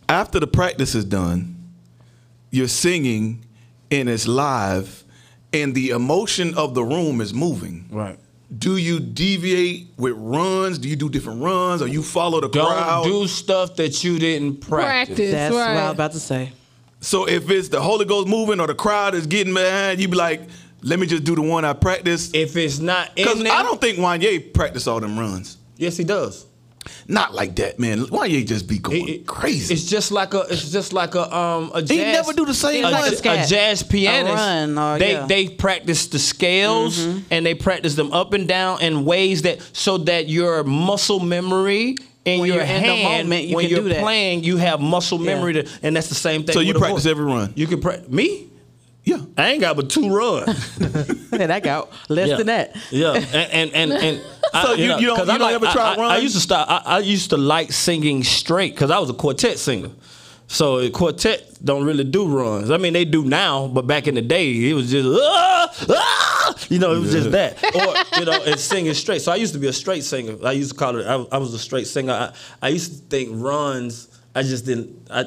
Speaker 3: after the practice is done, you're singing and it's live, and the emotion of the room is moving.
Speaker 1: Right.
Speaker 3: Do you deviate with runs? Do you do different runs? Or you follow the
Speaker 1: Don't
Speaker 3: crowd?
Speaker 1: do stuff that you didn't practice.
Speaker 2: practice.
Speaker 5: that's
Speaker 2: right.
Speaker 5: what I'm about to say.
Speaker 3: so if it's the Holy Ghost moving or the crowd is getting behind, you be like, let me just do the one I practiced.
Speaker 1: If it's not
Speaker 3: Because
Speaker 1: in there,
Speaker 3: I don't think Wanye practiced all them runs.
Speaker 1: Yes, he does.
Speaker 3: Not like that, man. Wanye just be going
Speaker 1: It- it-
Speaker 3: crazy.
Speaker 1: It's just like a. It's just like a. Um, a jazz,
Speaker 3: He never do the same
Speaker 1: a,
Speaker 5: like
Speaker 1: a
Speaker 5: a scat.
Speaker 1: jazz pianist.
Speaker 5: A run or-
Speaker 1: they
Speaker 5: yeah. Mm-hmm.
Speaker 1: they practice the scales and they practice them up and down in ways that so that your muscle memory. In
Speaker 5: When
Speaker 1: your
Speaker 5: you're in the
Speaker 1: hand,
Speaker 5: moment, you
Speaker 1: when
Speaker 5: can
Speaker 1: you're
Speaker 5: do that.
Speaker 1: playing, you have muscle memory, to, and that's the same thing.
Speaker 3: So you
Speaker 1: with a
Speaker 3: practice
Speaker 1: voice.
Speaker 3: every run?
Speaker 1: You can practice me.
Speaker 3: yeah.
Speaker 1: I ain't got but two runs.
Speaker 5: Yeah, that got less
Speaker 1: Yeah.
Speaker 5: than that.
Speaker 1: Yeah, and and and, and
Speaker 3: So you- you don't-
Speaker 1: 'cause
Speaker 3: you
Speaker 1: I
Speaker 3: don't ever try
Speaker 1: I,
Speaker 3: to
Speaker 1: I, I
Speaker 3: run?
Speaker 1: used to stop. I, I used to like singing straight because I was a quartet singer. So a quartet don't really do runs. I mean, they do now, but back in the day, it was just ah, ah, you know, it was just that, or you know, and singing straight. So I used to be a straight singer. I used to call it. I, I was a straight singer. I, I used to think runs. I just didn't. I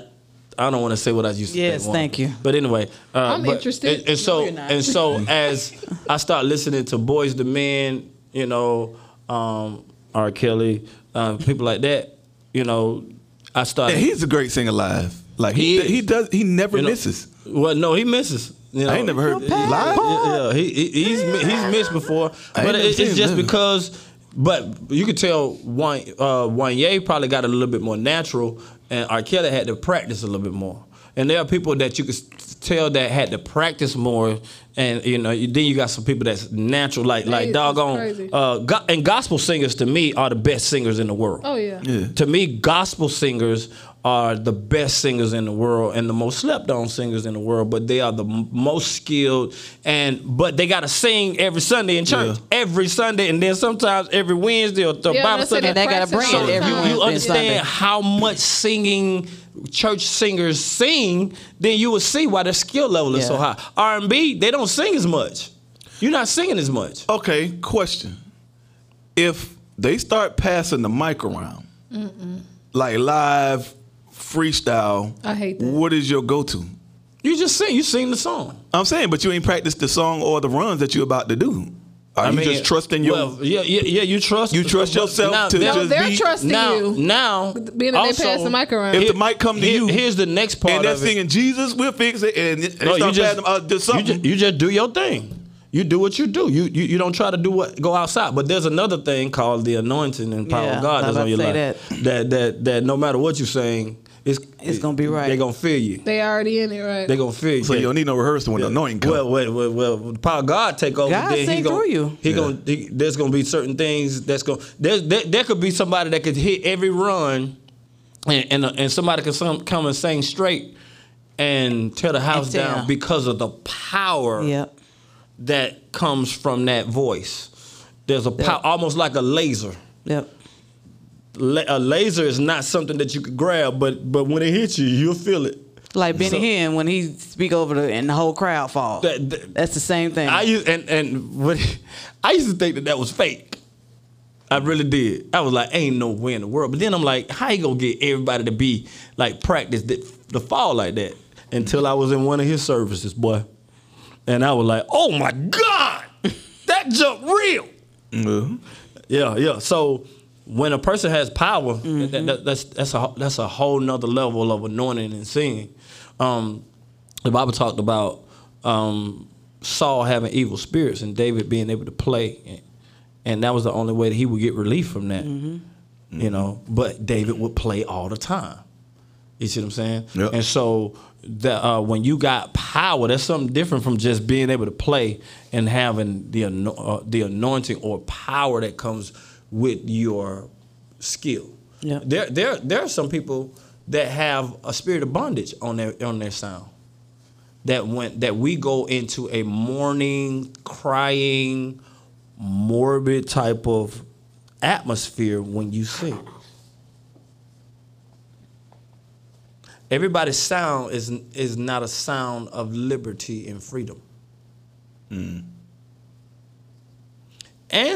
Speaker 1: I don't want to say what I used to
Speaker 5: Yes,
Speaker 1: think.
Speaker 5: thank you.
Speaker 1: But anyway, uh,
Speaker 2: I'm
Speaker 1: but-
Speaker 2: interested.
Speaker 1: And, and so
Speaker 5: No, you're not.
Speaker 1: and so as I start listening to Boys the Men, you know, um, R. Kelly, uh, people like that, you know, I started.
Speaker 3: And he's a great singer live. Like he
Speaker 1: He is.
Speaker 3: he does he never
Speaker 1: you know-
Speaker 3: misses.
Speaker 1: Well, no, he misses. You know,
Speaker 3: I ain't never heard
Speaker 5: past
Speaker 3: live.
Speaker 1: Yeah, yeah, he, he- he's mi- he's missed before,
Speaker 3: I ain't
Speaker 1: but
Speaker 3: never
Speaker 1: it,
Speaker 3: seen
Speaker 1: it's
Speaker 3: him
Speaker 1: just
Speaker 3: live.
Speaker 1: because. But you could tell one uh, Wanye probably got a little bit more natural, and R. Kelly had to practice a little bit more. And there are people that you could s- tell that had to practice more, and you know you- then you got some people that's natural, like like
Speaker 2: it's
Speaker 1: doggone.
Speaker 2: crazy.
Speaker 1: Uh, go- and gospel singers to me are the best singers in the world
Speaker 2: Oh yeah.
Speaker 3: Yeah.
Speaker 1: to me, gospel singers are the best singers in the world and the most slept on singers in the world, but they are the m- most skilled and but they got to sing every Sunday in church, every Sunday, and then sometimes every Wednesday or th-
Speaker 2: Yeah,
Speaker 1: Bible
Speaker 2: that's it.
Speaker 1: Sunday.
Speaker 2: They
Speaker 5: got a brand
Speaker 1: So
Speaker 5: every
Speaker 1: if you, you
Speaker 5: Wednesday and
Speaker 1: understand
Speaker 5: Sunday.
Speaker 1: how much singing church singers sing, then you will see why their skill level is so
Speaker 5: Yeah.
Speaker 1: high. R and B, they don't sing as much. You're not singing as much.
Speaker 3: Okay, question. If they start passing the mic around, like live freestyle,
Speaker 2: I hate that.
Speaker 3: What is your go to?
Speaker 1: You just sing. You sing the song.
Speaker 3: I'm saying, but you ain't practiced the song or the runs that you're about to do. Are you just trusting your?
Speaker 1: Well, yeah, yeah, yeah. You trust.
Speaker 3: You trust
Speaker 1: but
Speaker 3: yourself
Speaker 1: now-
Speaker 3: to
Speaker 1: now-
Speaker 2: No,
Speaker 3: just
Speaker 2: they're
Speaker 3: be-
Speaker 2: trusting
Speaker 1: now,
Speaker 2: you.
Speaker 1: Now,
Speaker 2: Being that they pass the mic around.
Speaker 3: If the mic come to
Speaker 1: here-
Speaker 3: you
Speaker 1: here's the next part.
Speaker 3: and they're
Speaker 1: of it.
Speaker 3: singing Jesus, we'll fix it, and, and
Speaker 1: No,
Speaker 3: start passing them out
Speaker 1: you
Speaker 3: just something.
Speaker 1: ju- you just do your thing. You do what you do. You, you you don't try to do what go outside. But there's another thing called the anointing and power
Speaker 5: Yeah,
Speaker 1: of God
Speaker 5: I was
Speaker 1: that's on your
Speaker 5: about
Speaker 1: life.
Speaker 5: to
Speaker 1: That. that that no matter what you saying, it's
Speaker 5: It's gonna be right.
Speaker 1: They're gonna feel you.
Speaker 2: They already in it, right?
Speaker 1: They're gonna feel you.
Speaker 3: so you don't need no rehearsal when the anointing comes.
Speaker 1: Well, well, well, well, the power of God take over.
Speaker 5: God
Speaker 1: then he
Speaker 5: sing
Speaker 1: gonna,
Speaker 5: through you.
Speaker 1: He gonna he- there's gonna be certain things that's gonna there, there, there could be somebody that could hit every run, and and, and somebody could some, come and sing straight and tear the house
Speaker 5: tear.
Speaker 1: down because of the power
Speaker 5: Yep.
Speaker 1: that comes from that voice. There's a pow-
Speaker 5: Yeah.
Speaker 1: almost like a laser.
Speaker 5: Yep.
Speaker 1: La- a laser is not something that you could grab, but but when it hits you, you'll feel it.
Speaker 5: Like Benny
Speaker 1: So-
Speaker 5: Hinn when he speak over the and the whole crowd fall.
Speaker 1: That- that-
Speaker 5: That's the same thing.
Speaker 1: I used and and what I used to think that that was fake. I really did. I was like, ain't no way in the world. But then I'm like, how you gonna get everybody to be like practice that the fall like that? Until I was in one of his services, boy, and I was like, oh my god, that jump real.
Speaker 3: Mhm.
Speaker 1: Yeah, yeah. So when a person has power, that, that, that's that's a that's a whole nother level of anointing and singing. Um, the Bible talked about um, Saul having evil spirits and David being able to play, and, and that was the only way that he would get relief from that. You know, but David would play all the time. You see what I'm saying?
Speaker 3: Yep.
Speaker 1: And so the, uh, when you got power, that's something different from just being able to play and having the ano- uh, the anointing or power that comes with your skill.
Speaker 5: Yeah.
Speaker 1: There there there are some people that have a spirit of bondage on their on their sound. That went that we go into a mourning, crying, morbid type of atmosphere when you sing. Everybody's sound is is not a sound of liberty and freedom. And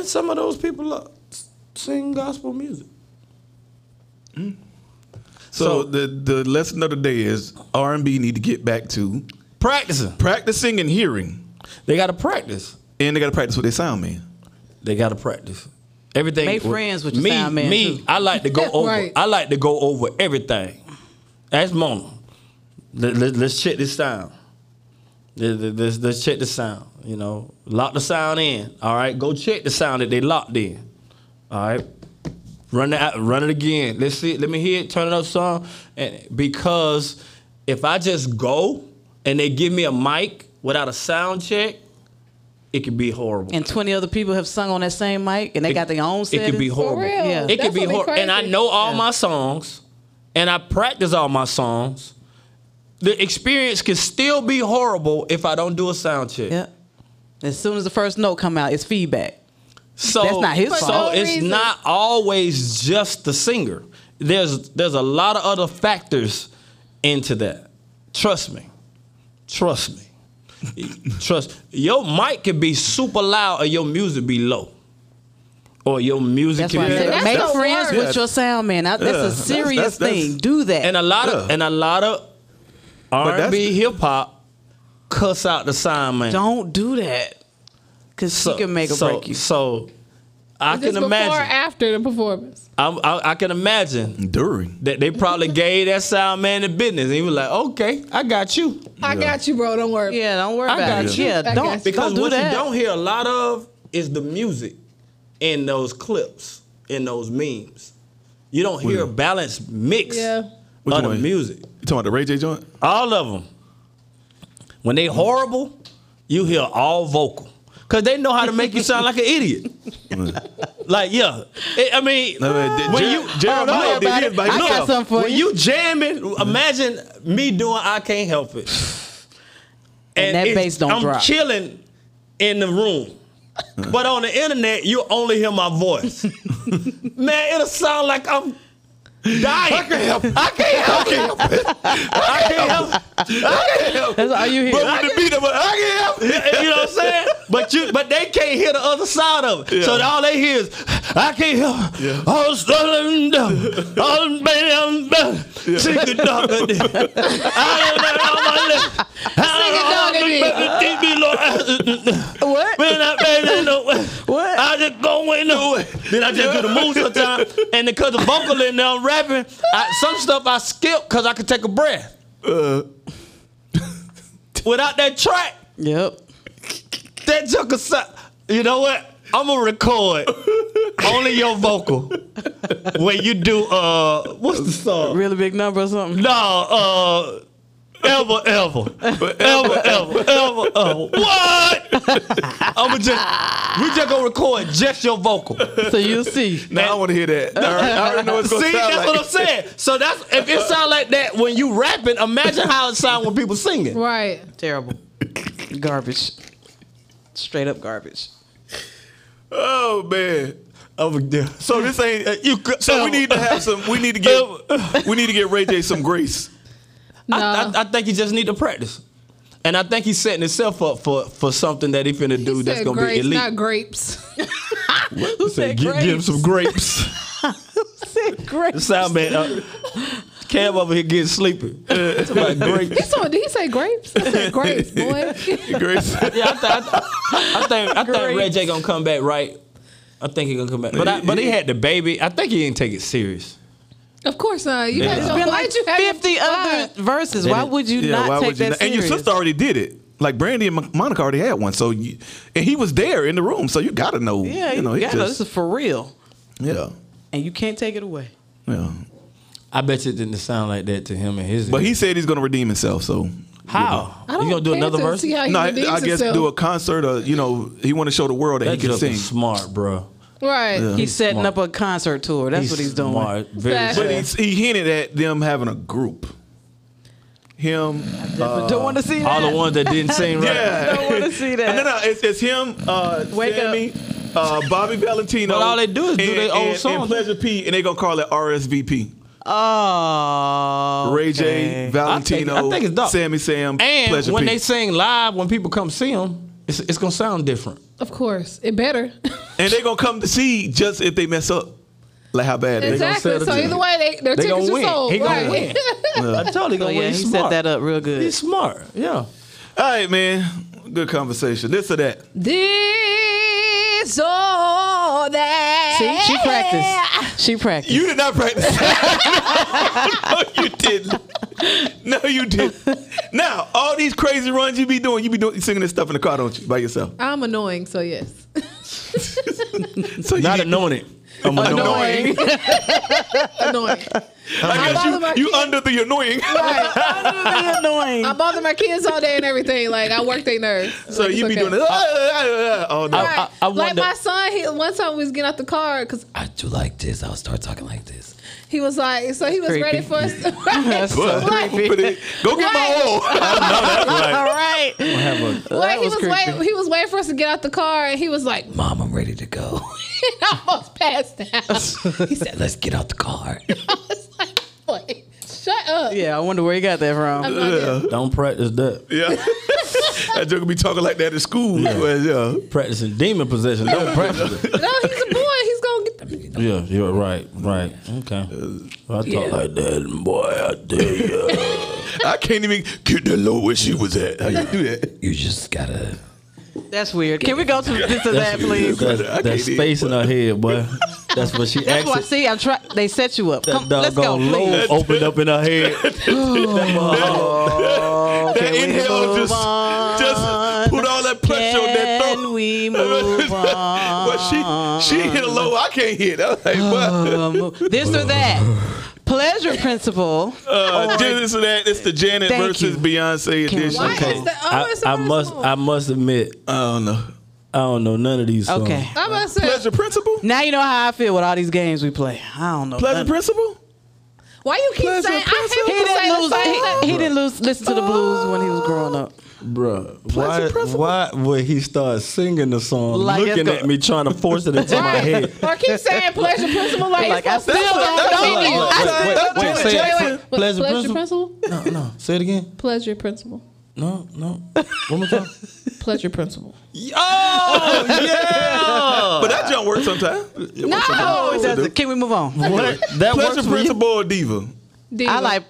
Speaker 1: some of those people uh, s- sing gospel music.
Speaker 3: so
Speaker 1: so-
Speaker 3: the the lesson of the day is R and B need to get back to
Speaker 1: Practicing.
Speaker 3: practicing and hearing,
Speaker 1: They got to practice.
Speaker 3: and they got to practice what they sound man.
Speaker 1: They got to practice. Everything.
Speaker 5: Make friends with your
Speaker 1: me.
Speaker 5: sound man,
Speaker 1: me,
Speaker 5: too.
Speaker 1: I like to go over.
Speaker 2: Right.
Speaker 1: I like to go over everything. Ask Mona. Let, let, let's check this sound. Let- let- Let's, let's check the sound. You know, lock the sound in. All right, go check the sound that they locked in. All right, run it, out- run it again. Let's see. Let me hear it. Turn it up some. And because if I just go and they give me a mic without a sound check, it could be horrible.
Speaker 5: and twenty other people have sung on that same mic and they got their own
Speaker 1: it
Speaker 5: settings.
Speaker 1: could be
Speaker 2: For
Speaker 1: horrible.
Speaker 2: real.
Speaker 5: Yeah.
Speaker 1: It
Speaker 2: That's
Speaker 1: could be
Speaker 2: what
Speaker 1: hard. And I
Speaker 2: crazy.
Speaker 1: know all my songs, and I practice all my songs. The experience can still be horrible if I don't do a sound check.
Speaker 5: Yeah. As soon as the first note come out, it's feedback.
Speaker 1: So
Speaker 5: That's not his
Speaker 1: So
Speaker 5: fault.
Speaker 1: it's
Speaker 2: Reason.
Speaker 1: not always just the singer. There's there's a lot of other factors into that. Trust me. Trust me. Trust your mic could be super loud or your music be low. Or your music
Speaker 5: That's
Speaker 1: can
Speaker 5: why I
Speaker 1: be
Speaker 5: said
Speaker 2: that's
Speaker 5: make
Speaker 2: the
Speaker 5: friends
Speaker 2: worst.
Speaker 5: with your sound man. Now, That's
Speaker 3: Yeah,
Speaker 5: a
Speaker 3: that's-
Speaker 5: serious
Speaker 3: that's- that's-
Speaker 5: thing. Do that.
Speaker 1: and a lot of
Speaker 3: Yeah.
Speaker 1: and a lot of R
Speaker 3: that's
Speaker 1: and B hip hop cuss out the sign man.
Speaker 5: Don't do that. Cause she can make or
Speaker 1: so,
Speaker 5: break you.
Speaker 1: So I
Speaker 2: Is this
Speaker 1: can
Speaker 2: before or
Speaker 1: imagine.
Speaker 2: after the performance.
Speaker 1: I'm- I, I can imagine
Speaker 3: During
Speaker 1: that they probably gave that sound man the business. And he was like, "Okay, I got you."
Speaker 2: I got you, bro. Don't worry.
Speaker 5: Yeah, don't worry
Speaker 1: I
Speaker 5: about
Speaker 1: got
Speaker 5: it.
Speaker 1: you.
Speaker 5: Yeah,
Speaker 2: I
Speaker 5: don't
Speaker 2: got you.
Speaker 1: Because
Speaker 5: don't do
Speaker 1: what
Speaker 5: that.
Speaker 1: you don't hear a lot of is the music in those clips, in those memes. You don't hear a balanced mix
Speaker 2: Yeah.
Speaker 3: Which
Speaker 1: of the
Speaker 3: one?
Speaker 1: music.
Speaker 3: you talking about the Ray J joint?
Speaker 1: All of them. When they horrible, you hear all vocal. Cause they know how to make you sound like an idiot. Like yeah, It- I mean, when you Hold
Speaker 3: Jared Miller
Speaker 1: on,
Speaker 3: did
Speaker 1: buddy.
Speaker 3: his by
Speaker 1: I got
Speaker 3: himself.
Speaker 5: something for
Speaker 1: when
Speaker 5: you.
Speaker 1: you jamming, imagine me doing I can't help it,
Speaker 5: And that
Speaker 1: it's-
Speaker 5: bass don't
Speaker 1: I'm
Speaker 5: drop.
Speaker 1: chilling in the room, but on the internet you only hear my voice. Man, it'll sound like I'm dying. I can't help it. I can't help it. I can't help it.
Speaker 5: That's all you hear.
Speaker 3: But with the beat, I'm like, I can't help it.
Speaker 1: You know what I'm saying? But you, but they can't hear the other side of it. So
Speaker 3: Yeah.
Speaker 1: all they hear is, I can't help. Yeah. All sudden, all bam, bam, sing the dog a dick. I don't know how my lips. Sing
Speaker 2: it, dog, a dick.
Speaker 5: What?
Speaker 1: Man, I man, no way.
Speaker 5: What?
Speaker 1: I just go in nowhere. Then I just do the moves sometimes, and because the vocal in there, I'm rapping. I, some stuff I skip because I can take a breath. Without that track,
Speaker 5: Yep.
Speaker 1: that joker sound. You know what? I'm gonna record only your vocal when you do uh what's the song?
Speaker 5: Really big number or something.
Speaker 1: No, uh ever ever ever ever ever ever what? I'm gonna just we just gonna record just your vocal.
Speaker 5: So you'll see.
Speaker 3: Now I want to hear that. I already, I already know it's
Speaker 1: See,
Speaker 3: going to sound
Speaker 1: that's
Speaker 3: like.
Speaker 1: what I'm saying. So that's if it sound like that when you rapping, imagine how it sound when people singing.
Speaker 2: Right.
Speaker 5: Terrible. garbage. Straight up garbage.
Speaker 3: Oh man.
Speaker 1: Over there.
Speaker 3: So this ain't.
Speaker 1: Uh, You could-
Speaker 3: So we need to have some. We need to give. we need to give Ray J some grace.
Speaker 2: No.
Speaker 1: I, I, I think he just need to practice. And I think he's setting himself up for, for something that he finna do
Speaker 2: He
Speaker 1: that's
Speaker 2: said
Speaker 1: gonna
Speaker 2: grapes,
Speaker 1: be elite.
Speaker 2: not grapes.
Speaker 5: Who said
Speaker 1: Gi-
Speaker 5: grapes?
Speaker 1: give him some grapes.
Speaker 5: said grapes.
Speaker 1: Sound man, uh, Cam over here getting sleepy. It's about grapes.
Speaker 2: so did he say grapes? I said grapes, boy.
Speaker 3: Grace.
Speaker 1: Yeah, I, th- I, th- I think I think Ray
Speaker 5: Grapes.
Speaker 1: J gonna come back right. I think he gonna come back, but I, but he had the baby. I think he didn't take it serious.
Speaker 2: of course not. You had
Speaker 5: Been
Speaker 2: your,
Speaker 5: like
Speaker 2: why'd you have your
Speaker 5: 50
Speaker 2: fly?
Speaker 5: other verses. Why would you not
Speaker 3: why
Speaker 5: take
Speaker 3: would you
Speaker 5: that
Speaker 3: not- And
Speaker 5: serious?
Speaker 3: your sister already did it. Like Brandy and Mon- Monica already had one. So you, and he was there in the room. So you got to know.
Speaker 5: Yeah,
Speaker 3: you know. he
Speaker 5: gotta know,
Speaker 3: just-
Speaker 5: this is for real.
Speaker 3: yeah.
Speaker 5: And you can't take it away.
Speaker 3: Yeah.
Speaker 1: I bet you it didn't sound like that to him and his.
Speaker 3: But he said he's going to redeem himself. So
Speaker 1: how
Speaker 2: I don't
Speaker 1: you gonna do
Speaker 2: care
Speaker 1: another
Speaker 2: to
Speaker 1: verse?
Speaker 2: See how Oh, he
Speaker 3: no, I,
Speaker 2: redeems
Speaker 3: I guess
Speaker 2: himself.
Speaker 3: do a concert or you know he want to show the world that,
Speaker 1: That
Speaker 3: he can
Speaker 1: joker
Speaker 3: sing.
Speaker 1: smart, bro.
Speaker 2: Right.
Speaker 5: He's setting
Speaker 1: smart.
Speaker 5: up a concert tour. That's what he's doing.
Speaker 1: Smart, very
Speaker 2: Exactly.
Speaker 1: smart.
Speaker 3: But he's, he hinted at them having a group. Him.
Speaker 5: Don't want to see that.
Speaker 1: All the ones that didn't sing right.
Speaker 3: Yeah.
Speaker 5: Don't want to see that.
Speaker 3: No, no, it's, it's him, uh,
Speaker 5: Wake up.
Speaker 3: Sammy, uh, Bobby Valentino.
Speaker 1: But all they do is do
Speaker 3: and-
Speaker 1: their old
Speaker 3: and- And
Speaker 1: songs.
Speaker 3: Pleasure P, and they gonna call it RSVP.
Speaker 5: Oh.
Speaker 3: Ray
Speaker 5: okay.
Speaker 3: J, Valentino,
Speaker 1: I think- I think it's dope.
Speaker 3: Sammy Sam,
Speaker 1: And
Speaker 3: Pleasure
Speaker 1: when
Speaker 3: P.
Speaker 1: they sing live, when people come see them, it's, it's gonna sound different.
Speaker 2: Of course. It better.
Speaker 3: and they gonna come to see just if they mess up, like how bad they gonna.
Speaker 2: exactly.
Speaker 1: sell the
Speaker 2: So either
Speaker 1: ticket.
Speaker 2: way, they, their
Speaker 1: They gonna
Speaker 2: tickets are
Speaker 1: win.
Speaker 2: sold.
Speaker 1: He gonna
Speaker 2: right.
Speaker 1: win. I totally gonna
Speaker 5: Oh, yeah,
Speaker 1: win.
Speaker 5: he
Speaker 1: He's
Speaker 5: set
Speaker 1: smart.
Speaker 5: that up real good.
Speaker 1: He's smart. Yeah.
Speaker 3: All right, man. Good conversation. This or that.
Speaker 2: This or that.
Speaker 5: See, she practiced. She practiced.
Speaker 3: You did not practice. no, you didn't. No, you didn't. Now, all these crazy runs you be doing, you be doing singing this stuff in the car, don't you? By yourself.
Speaker 2: I'm annoying, so yes.
Speaker 3: So you
Speaker 1: Not
Speaker 3: get-
Speaker 1: anointed. I'm anointed.
Speaker 2: Annoying. annoying.
Speaker 3: I guess
Speaker 2: I bother my
Speaker 3: you, you
Speaker 2: kids.
Speaker 3: under the annoying.
Speaker 2: Right.
Speaker 5: annoying.
Speaker 2: I bother my kids all day and everything. Like I work their nerves.
Speaker 3: so
Speaker 2: Like,
Speaker 3: you
Speaker 2: it's
Speaker 3: be
Speaker 2: okay.
Speaker 3: doing this uh, all day.
Speaker 2: Right.
Speaker 1: I- I
Speaker 2: like
Speaker 1: wonder-
Speaker 2: my son, he one time we was getting out the car because
Speaker 7: I do like this. I'll start talking like this.
Speaker 2: he was like, so he was
Speaker 5: Creepy.
Speaker 2: ready for us.
Speaker 5: That's so
Speaker 2: Right. Like,
Speaker 5: creepy.
Speaker 3: But it- Go get
Speaker 2: Right.
Speaker 3: my oil.
Speaker 5: All right.
Speaker 2: Like he was
Speaker 5: was creepy.
Speaker 2: waiting, he was waiting for us to get out the car, and he was like, "Mom,"
Speaker 7: Mom, I'm ready to go.
Speaker 2: and I almost passed out.
Speaker 7: He said, let's get out the car.
Speaker 2: I was like, "Boy, shut up!"
Speaker 5: Yeah, I wonder where you got that from.
Speaker 2: I'm not there.
Speaker 1: Don't practice that.
Speaker 3: Yeah. that joker be talking like that in school. Well, yeah.
Speaker 1: Practicing demon possession. Don't practice it.
Speaker 2: No, he's a boy. He's gonna get. The,
Speaker 1: Yeah, you're right. Right. Okay. I talk like that, boy. I tell you.
Speaker 3: I can't even get the low where she was at. How you do that?
Speaker 7: You just gotta.
Speaker 5: That's weird. Can we go to this or that, please?
Speaker 1: That,
Speaker 3: I can't
Speaker 1: that space in her head, boy. That's what she
Speaker 5: That's why.
Speaker 1: actually.
Speaker 5: See, I try. They set you up. Come, let's go,
Speaker 1: doggone
Speaker 5: please.
Speaker 1: lobe opened up in her head.
Speaker 3: that inhale just, just put all that pressure on that
Speaker 5: Can
Speaker 3: throat.
Speaker 5: we move on?
Speaker 3: but she she hit a low I can't hit. I was like,
Speaker 5: Oh,
Speaker 3: what?
Speaker 5: This or that. Pleasure principle.
Speaker 3: Uh, do this or that. It's the Janet
Speaker 5: Thank
Speaker 3: versus
Speaker 5: you.
Speaker 3: Beyonce edition.
Speaker 2: why
Speaker 1: Okay.
Speaker 2: is the oh,
Speaker 1: I,
Speaker 2: it's the
Speaker 1: I
Speaker 2: first
Speaker 1: must.
Speaker 2: one.
Speaker 1: I must admit,
Speaker 3: I don't know.
Speaker 1: I don't know none of these. Songs.
Speaker 5: Okay.
Speaker 2: I'm about to say,
Speaker 3: Pleasure Principle?
Speaker 5: Now you know how I feel with all these games we play. I don't know.
Speaker 3: Pleasure
Speaker 5: none-
Speaker 3: Principle?
Speaker 2: why you keep
Speaker 3: Pleasure,
Speaker 2: saying? I
Speaker 5: He
Speaker 2: hate when you say
Speaker 5: didn't
Speaker 2: the
Speaker 5: lose.
Speaker 2: same thing.
Speaker 5: He, he didn't lose. Listen to the blues when he was growing up.
Speaker 1: Bruh,
Speaker 3: Pleasure Principle.
Speaker 1: why, why would he start singing the song,
Speaker 5: Like, it's
Speaker 1: looking
Speaker 5: go-
Speaker 1: at me, trying to force it into my
Speaker 2: Right.
Speaker 1: head?
Speaker 2: Or keep saying pleasure principle like,
Speaker 5: Like, I
Speaker 2: it's still
Speaker 5: said-
Speaker 2: on the menu.
Speaker 5: Oh,
Speaker 3: That's
Speaker 1: wait,
Speaker 3: Janet
Speaker 1: say it.
Speaker 3: Jackson.
Speaker 2: What,
Speaker 1: Pleasure
Speaker 2: Pleasure,
Speaker 1: principle?
Speaker 2: principle?
Speaker 1: No, no, say it again.
Speaker 2: Pleasure principle.
Speaker 1: No, no, one more time.
Speaker 2: Pleasure principle.
Speaker 3: Oh, yeah. but that don't work sometimes.
Speaker 2: No,
Speaker 5: Oh, it doesn't. Can we move on?
Speaker 1: What? That
Speaker 3: Pleasure
Speaker 1: works for you?
Speaker 3: Principle or Diva?
Speaker 2: Diva.
Speaker 5: I like.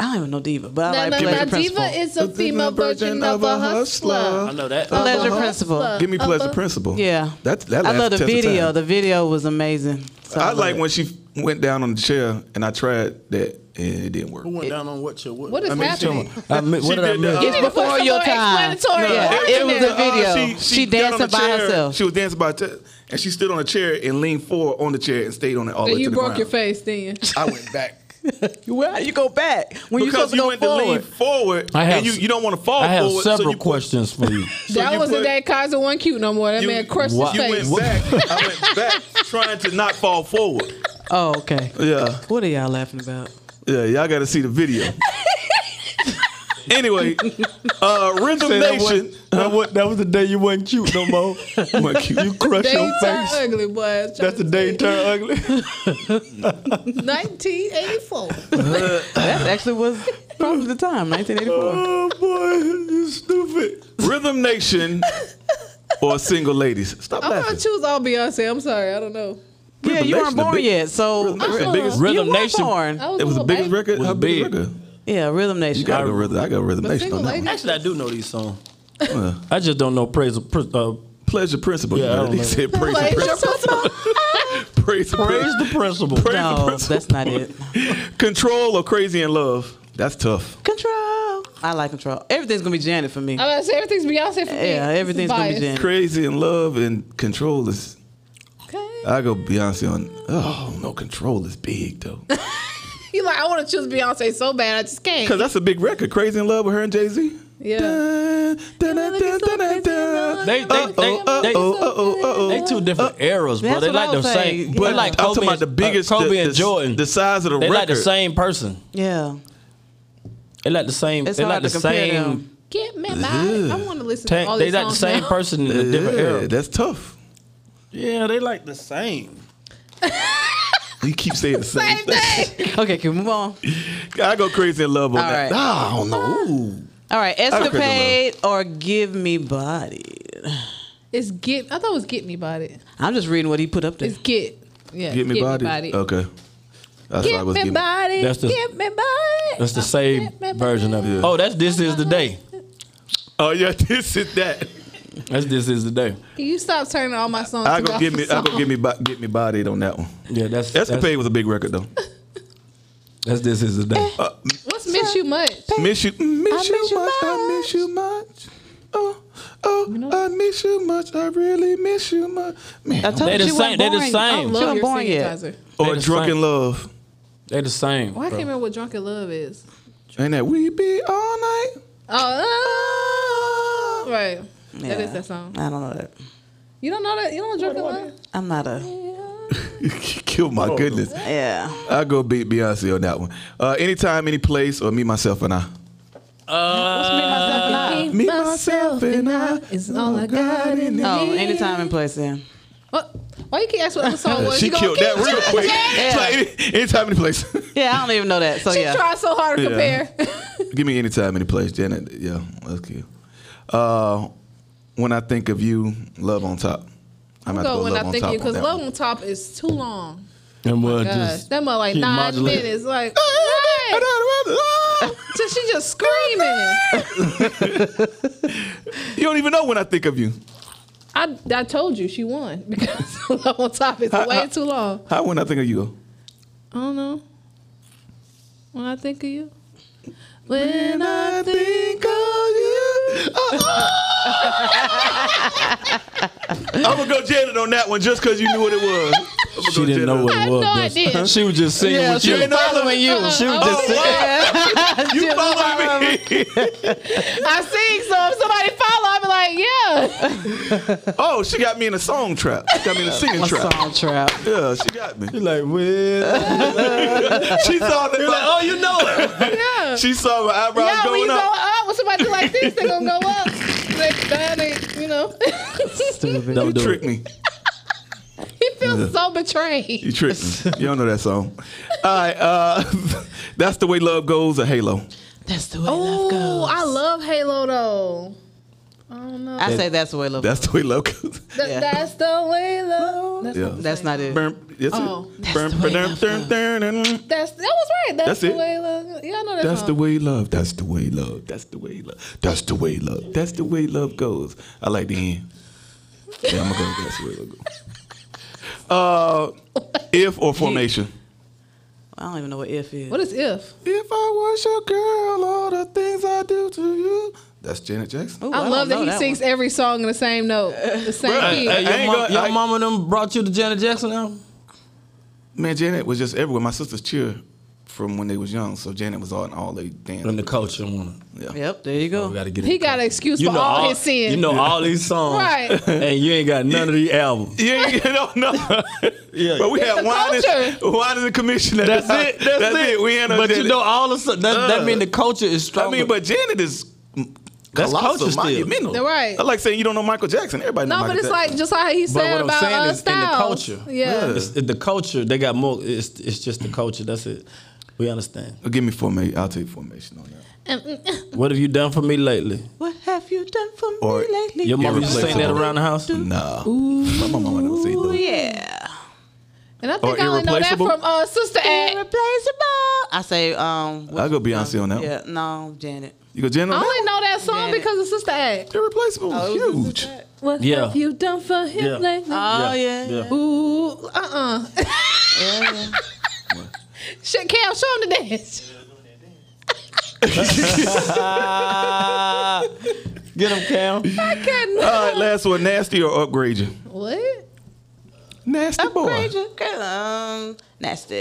Speaker 5: I don't even know diva, but I
Speaker 2: Now, now,
Speaker 5: like
Speaker 2: now,
Speaker 5: pleasure principle.
Speaker 2: Diva is a female version of a hustler.
Speaker 1: I know that.
Speaker 5: pleasure
Speaker 2: Of a
Speaker 5: principle.
Speaker 2: hustler.
Speaker 3: Give me
Speaker 2: Of
Speaker 3: Pleasure
Speaker 2: a-
Speaker 3: Principle.
Speaker 5: Uh, Yeah.
Speaker 3: That, that
Speaker 5: I love
Speaker 3: lasted
Speaker 5: the
Speaker 3: test of
Speaker 5: video.
Speaker 3: time.
Speaker 5: The video was amazing. So
Speaker 3: I
Speaker 5: love
Speaker 3: like
Speaker 5: it.
Speaker 3: when she went down on the chair and I tried that and it didn't work.
Speaker 1: went down on what you
Speaker 2: What is
Speaker 3: mean,
Speaker 2: happening?
Speaker 1: I mi-
Speaker 3: She
Speaker 1: what did I
Speaker 3: did
Speaker 1: miss?
Speaker 3: the-
Speaker 5: It's
Speaker 2: need to put
Speaker 5: before
Speaker 2: some
Speaker 5: your
Speaker 2: more
Speaker 5: time.
Speaker 2: explanatory
Speaker 5: yeah,
Speaker 2: work
Speaker 5: it
Speaker 2: in
Speaker 5: was
Speaker 2: there.
Speaker 5: a video.
Speaker 3: Uh,
Speaker 5: she, dancing
Speaker 3: got on
Speaker 5: by
Speaker 3: the chair.
Speaker 5: herself.
Speaker 3: She was dancing by herself, and she stood on a chair and leaned forward on the chair and stayed on it all the
Speaker 2: Then
Speaker 3: way
Speaker 2: you
Speaker 3: to the
Speaker 2: broke
Speaker 3: ground.
Speaker 2: your face, then.
Speaker 3: I went back
Speaker 5: Well, you go back when you're
Speaker 3: because
Speaker 5: supposed to
Speaker 3: you
Speaker 5: go
Speaker 3: went
Speaker 5: forward.
Speaker 3: to lean forward,
Speaker 1: I have
Speaker 3: and you,
Speaker 1: s-
Speaker 3: you don't want to fall
Speaker 1: I have
Speaker 3: forward. Oh, so
Speaker 1: several
Speaker 3: you put-
Speaker 1: questions for you.
Speaker 3: you
Speaker 2: that was
Speaker 3: put-
Speaker 2: the day Kaiser wasn't cute no more. That
Speaker 3: you-
Speaker 2: man crushed
Speaker 1: what-
Speaker 2: his
Speaker 3: You
Speaker 2: face.
Speaker 3: went back. I went back, trying to not fall forward.
Speaker 5: Oh, okay.
Speaker 3: Yeah,
Speaker 5: What are y'all laughing about?
Speaker 3: yeah. Y'all got to see the video. anyway, uh, Rhythm
Speaker 1: that,
Speaker 3: Nation.
Speaker 1: was, that, was, that was the day you wasn't cute no more.
Speaker 3: Wasn't cute.
Speaker 1: You crushed
Speaker 2: They
Speaker 1: your
Speaker 2: turned
Speaker 1: face.
Speaker 2: ugly, boy.
Speaker 1: That's the day you turned ugly.
Speaker 2: 1984.
Speaker 5: That actually was probably the time,
Speaker 3: Uh,
Speaker 5: 1984.
Speaker 1: oh boy, you stupid.
Speaker 3: Rhythm Nation or Single Ladies. Stop
Speaker 2: I'm
Speaker 3: laughing.
Speaker 2: gonna choose all Beyonce. I'm sorry, I don't know.
Speaker 5: Yeah, you weren't
Speaker 3: Rhythm Nation, the
Speaker 5: born
Speaker 3: big-
Speaker 5: yet, so
Speaker 3: Rhythm Nation, the biggest-
Speaker 5: you
Speaker 1: Rhythm
Speaker 5: weren't
Speaker 1: Nation-
Speaker 5: born.
Speaker 2: I was
Speaker 3: It was
Speaker 2: a little
Speaker 3: the biggest
Speaker 2: baby.
Speaker 3: record.
Speaker 1: Was
Speaker 3: How big
Speaker 1: big.
Speaker 3: record?
Speaker 5: Yeah, Rhythm
Speaker 3: You
Speaker 5: Nation.
Speaker 3: gotta go rhythm. I got rhythm
Speaker 2: But
Speaker 3: nation
Speaker 2: single
Speaker 3: on that
Speaker 2: lady.
Speaker 3: one.
Speaker 1: Actually, I do know these songs. I just don't know praise. Praise, uh,
Speaker 3: Pleasure principle.
Speaker 1: Yeah, I
Speaker 3: Yeah,
Speaker 1: don't
Speaker 3: he
Speaker 1: know.
Speaker 3: said praise the
Speaker 2: Pleasure
Speaker 3: principle. Praise
Speaker 1: praise
Speaker 3: the principle.
Speaker 1: the principal.
Speaker 3: Praise the
Speaker 5: No,
Speaker 3: principle.
Speaker 5: that's not it.
Speaker 3: Control or crazy in love. That's tough.
Speaker 5: Control. I like control. Everything's gonna be Janet for me.
Speaker 2: I'm about to say everything's Beyonce for me.
Speaker 5: Yeah,
Speaker 2: This is
Speaker 5: everything's gonna be
Speaker 2: biased.
Speaker 5: Janet.
Speaker 3: Crazy in love and control is.
Speaker 2: Okay.
Speaker 3: I go Beyonce on. Oh no, control is big though.
Speaker 2: You like I want to choose Beyonce so bad, I just can't.
Speaker 3: Cause that's a big record. Crazy in love with her and Jay Z.
Speaker 2: Yeah.
Speaker 1: They- they- they-
Speaker 3: Oh,
Speaker 1: They two different eras, bro.
Speaker 5: That's
Speaker 1: They
Speaker 5: what
Speaker 1: like
Speaker 5: I
Speaker 1: the
Speaker 5: was
Speaker 1: same.
Speaker 5: saying.
Speaker 1: they
Speaker 5: But
Speaker 1: like Kobe
Speaker 3: I'm talking about
Speaker 1: and-
Speaker 3: the biggest.
Speaker 1: uh, Kobe
Speaker 3: the,
Speaker 1: and
Speaker 3: the-
Speaker 1: Jordan.
Speaker 3: The size of the
Speaker 1: they
Speaker 3: record.
Speaker 1: like the same person.
Speaker 5: Yeah.
Speaker 1: They like the same.
Speaker 5: It's
Speaker 1: they like
Speaker 5: hard
Speaker 1: the
Speaker 5: to compare
Speaker 1: same.
Speaker 5: them.
Speaker 2: Get me my. I want to listen to all
Speaker 1: tank. They
Speaker 2: these
Speaker 1: like the
Speaker 2: songs
Speaker 1: same
Speaker 2: now.
Speaker 1: person in a different
Speaker 3: Yeah,
Speaker 1: era.
Speaker 3: that's tough.
Speaker 1: Yeah, they like the same.
Speaker 3: You keep saying the same,
Speaker 2: Same thing.
Speaker 5: Okay, can we move on?
Speaker 3: I go crazy in love on
Speaker 5: All
Speaker 3: that.
Speaker 5: right.
Speaker 3: Ah, I don't know. Ooh.
Speaker 5: All right,
Speaker 3: don't care,
Speaker 5: escapade or give me body.
Speaker 2: It's get. I thought it was get me about it.
Speaker 5: I'm just reading what he put up there.
Speaker 2: It's get. Yeah.
Speaker 3: Get me body. Okay. That's what I
Speaker 2: Get
Speaker 3: was
Speaker 2: me
Speaker 3: getting.
Speaker 2: body.
Speaker 1: That's the-
Speaker 2: get me body.
Speaker 1: That's the same
Speaker 2: Get me
Speaker 1: version of
Speaker 2: body.
Speaker 1: it. Oh, that's this is the day.
Speaker 3: Oh yeah, this is that.
Speaker 1: That's this is the day.
Speaker 2: Can you stop turning all my songs?
Speaker 3: I
Speaker 2: to
Speaker 3: go
Speaker 2: my
Speaker 3: get me. I
Speaker 2: song?
Speaker 3: go get me. bo- Get me bodied on that one.
Speaker 1: Yeah, that's
Speaker 3: Escapade was a big record though.
Speaker 1: That's, that's this is the day.
Speaker 2: Eh. What's miss you much?
Speaker 3: Miss you, mm, miss, you,
Speaker 5: miss you
Speaker 3: much. I miss you much. Oh, oh, I miss you much. I really miss you much. Man,
Speaker 5: I told
Speaker 1: They
Speaker 5: you
Speaker 1: the
Speaker 5: she
Speaker 1: same.
Speaker 5: wasn't
Speaker 1: They the
Speaker 5: born.
Speaker 2: I
Speaker 1: same.
Speaker 5: She
Speaker 2: love
Speaker 5: wasn't
Speaker 2: your
Speaker 5: born
Speaker 2: singing,
Speaker 5: yet.
Speaker 2: Kaiser.
Speaker 3: or
Speaker 1: the
Speaker 3: drunken
Speaker 1: same.
Speaker 3: love.
Speaker 1: They the same. bro.
Speaker 2: Well, I can't remember what drunken love is.
Speaker 3: Ain't that we be all night?
Speaker 2: Oh, uh, right. That
Speaker 5: Yeah.
Speaker 2: is that song.
Speaker 5: I don't know that.
Speaker 2: You don't know that? You don't drunken love?
Speaker 5: I'm not a.
Speaker 3: Kill my goodness.
Speaker 5: Yeah.
Speaker 3: I go beat Beyonce on that one. Uh, anytime, any place, or me, myself, and I.
Speaker 1: Uh,
Speaker 5: Uh,
Speaker 3: Me, myself, and I
Speaker 2: is all I got in it.
Speaker 5: Oh, anytime and place then.
Speaker 2: What? Why you can't ask what the song was?
Speaker 3: Oh. She
Speaker 2: You gonna
Speaker 3: killed
Speaker 2: keep
Speaker 3: that real
Speaker 2: trying-
Speaker 3: quick.
Speaker 5: Yeah.
Speaker 3: It's like any, anytime, any place.
Speaker 5: Yeah, I don't even know that. So
Speaker 2: She
Speaker 5: yeah.
Speaker 2: tried so hard to
Speaker 3: Yeah.
Speaker 2: compare.
Speaker 3: Give me anytime, any place, Janet. Yeah, that's cute. Uh, when I think of you, love on top. I'm gonna have to
Speaker 2: so
Speaker 3: go
Speaker 2: when
Speaker 3: love
Speaker 2: I
Speaker 3: on
Speaker 2: think
Speaker 3: top
Speaker 2: you,
Speaker 3: on
Speaker 2: because
Speaker 3: that
Speaker 2: love
Speaker 3: one.
Speaker 2: on top is too long.
Speaker 1: And we'll
Speaker 2: Oh Gosh,
Speaker 1: just
Speaker 2: that mother like
Speaker 1: keep
Speaker 2: nine
Speaker 1: modulating.
Speaker 2: minutes. Like, what? So she just screaming.
Speaker 3: Oh! You don't even know when I think of you.
Speaker 2: I, I told you she won because love on top is way too long.
Speaker 3: How when I think of you?
Speaker 2: I don't know. When I think of you. When I
Speaker 3: I think of you. Uh-uh. I'm gonna go Janet on that one just because you knew what it was. I'ma
Speaker 1: She
Speaker 3: go
Speaker 1: didn't know
Speaker 3: Janet.
Speaker 1: what
Speaker 2: I
Speaker 1: it
Speaker 2: had
Speaker 1: was.
Speaker 2: no
Speaker 1: bro.
Speaker 2: idea.
Speaker 1: She was just singing
Speaker 5: Yeah,
Speaker 1: with
Speaker 5: she
Speaker 1: you.
Speaker 5: was following you.
Speaker 1: She was just
Speaker 2: Oh,
Speaker 1: singing.
Speaker 3: You following me?
Speaker 2: I sing some. Somebody follow. I be like, yeah.
Speaker 3: Oh, she got me in a song trap. She got me in a singing trap.
Speaker 5: Song trap.
Speaker 3: Yeah, she got me.
Speaker 1: like, well,
Speaker 3: She saw that.
Speaker 1: oh, you know it.
Speaker 2: Yeah.
Speaker 3: She saw my eyebrows
Speaker 2: yeah, when you
Speaker 3: going
Speaker 2: go
Speaker 3: up.
Speaker 2: up, when somebody like this, they gonna go up. They, that ain't, you know.
Speaker 5: Stupid.
Speaker 1: Don't
Speaker 3: You
Speaker 1: do
Speaker 3: tricked
Speaker 1: it.
Speaker 3: me.
Speaker 2: he feels so
Speaker 3: You
Speaker 2: betrayed.
Speaker 3: tricked me. You don't know that song. All right. Uh, that's the way love goes. A halo.
Speaker 5: That's the way love
Speaker 2: Oh,
Speaker 5: goes.
Speaker 2: I love Halo though. I don't know.
Speaker 5: I say that's the way love
Speaker 3: That's the way love goes.
Speaker 2: Th-
Speaker 5: yeah.
Speaker 2: That's the way love. That's,
Speaker 3: Yeah.
Speaker 5: goes. That's not it.
Speaker 3: Burn- That's
Speaker 2: Oh.
Speaker 3: it. Burn- burn- burn- burn- burn.
Speaker 2: that's that was right. That's,
Speaker 3: That's
Speaker 2: the
Speaker 3: it.
Speaker 2: way love. Yeah, I know that
Speaker 3: That's
Speaker 2: song.
Speaker 3: the way love. That's the way love. That's the way love. That's the way love. That's the way love goes. I like the end. Yeah, I'm gonna go with that's the way love goes. Uh, if or formation.
Speaker 5: I don't even know what if is.
Speaker 2: What is if?
Speaker 3: If I was your girl, all the things I do to you. That's Janet Jackson.
Speaker 5: Ooh,
Speaker 2: I, love
Speaker 5: don't
Speaker 2: that
Speaker 5: know
Speaker 2: he sings
Speaker 5: one.
Speaker 2: every song in the same note, the same
Speaker 3: Bruh,
Speaker 2: key.
Speaker 3: I-
Speaker 1: Hey, your,
Speaker 3: ain't
Speaker 1: mom,
Speaker 3: gonna-
Speaker 1: your
Speaker 3: I-
Speaker 1: mama them brought you to Janet Jackson album?
Speaker 3: Man, Janet was just everywhere. My sisters cheer from when they was young, so Janet was all in all they dance.
Speaker 1: And the culture one.
Speaker 5: Yep, there you go.
Speaker 1: We gotta get
Speaker 2: he
Speaker 1: it.
Speaker 2: got an excuse for all,
Speaker 3: uh,
Speaker 2: his sins.
Speaker 1: You know all these songs.
Speaker 2: Right.
Speaker 1: And you ain't got none of the albums.
Speaker 3: Yeah, you don't know.
Speaker 1: Yeah.
Speaker 3: But we
Speaker 2: It's
Speaker 3: had
Speaker 2: the
Speaker 3: wine and, wine and the commissioner.
Speaker 1: That's it. That's, it.
Speaker 3: We ain't no
Speaker 1: But you
Speaker 3: Janet.
Speaker 1: know all of a sudden that, that
Speaker 3: Uh.
Speaker 1: mean the culture is
Speaker 3: I
Speaker 1: strong.
Speaker 3: mean, but Janet is
Speaker 1: That's culture
Speaker 3: colossal,
Speaker 1: still.
Speaker 3: monumental.
Speaker 2: They're right.
Speaker 3: I like saying you don't know Michael Jackson. Everybody
Speaker 2: no, but
Speaker 3: knows Michael
Speaker 2: it's
Speaker 3: Jackson.
Speaker 2: like just like he
Speaker 1: But
Speaker 2: said
Speaker 1: what I'm
Speaker 2: about
Speaker 1: saying
Speaker 2: uh,
Speaker 1: is in the
Speaker 2: Styles.
Speaker 1: culture.
Speaker 2: Yeah.
Speaker 3: Yeah.
Speaker 1: it's, the culture they got more. It's it's just the culture. That's it. We understand.
Speaker 3: Well, give me formation. I'll take formation on that.
Speaker 1: What have you done for me lately?
Speaker 5: What have you done for me
Speaker 3: Or-
Speaker 5: lately?
Speaker 1: Your mama used to sing that
Speaker 3: Irreplaceable.
Speaker 1: around the house.
Speaker 3: Nah. My mama never say
Speaker 5: Ooh,
Speaker 3: that.
Speaker 5: Oh, yeah.
Speaker 2: And I
Speaker 3: Or
Speaker 2: think I only know that
Speaker 3: irreplaceable?
Speaker 2: from uh, Sister Act.
Speaker 5: Irreplaceable. I say, um. what-
Speaker 3: I'll go Beyonce on that one.
Speaker 5: Yeah, no, Janet.
Speaker 3: You go Janet.
Speaker 2: I Oh,
Speaker 3: on that?
Speaker 2: only know that song
Speaker 5: Janet.
Speaker 2: because of Sister Act.
Speaker 3: Irreplaceable. Huge.
Speaker 2: What
Speaker 1: Yeah.
Speaker 2: have you done for him
Speaker 1: Yeah.
Speaker 2: lately?
Speaker 5: Oh, yeah.
Speaker 1: Yeah.
Speaker 2: Ooh, uh uh Shit, Cam, show him the dance.
Speaker 1: Get him, Cam.
Speaker 2: I can't.
Speaker 3: All right, last one. Nasty or upgrade you?
Speaker 2: what?
Speaker 3: Nasty boy.
Speaker 5: Crazy, crazy, um, nasty,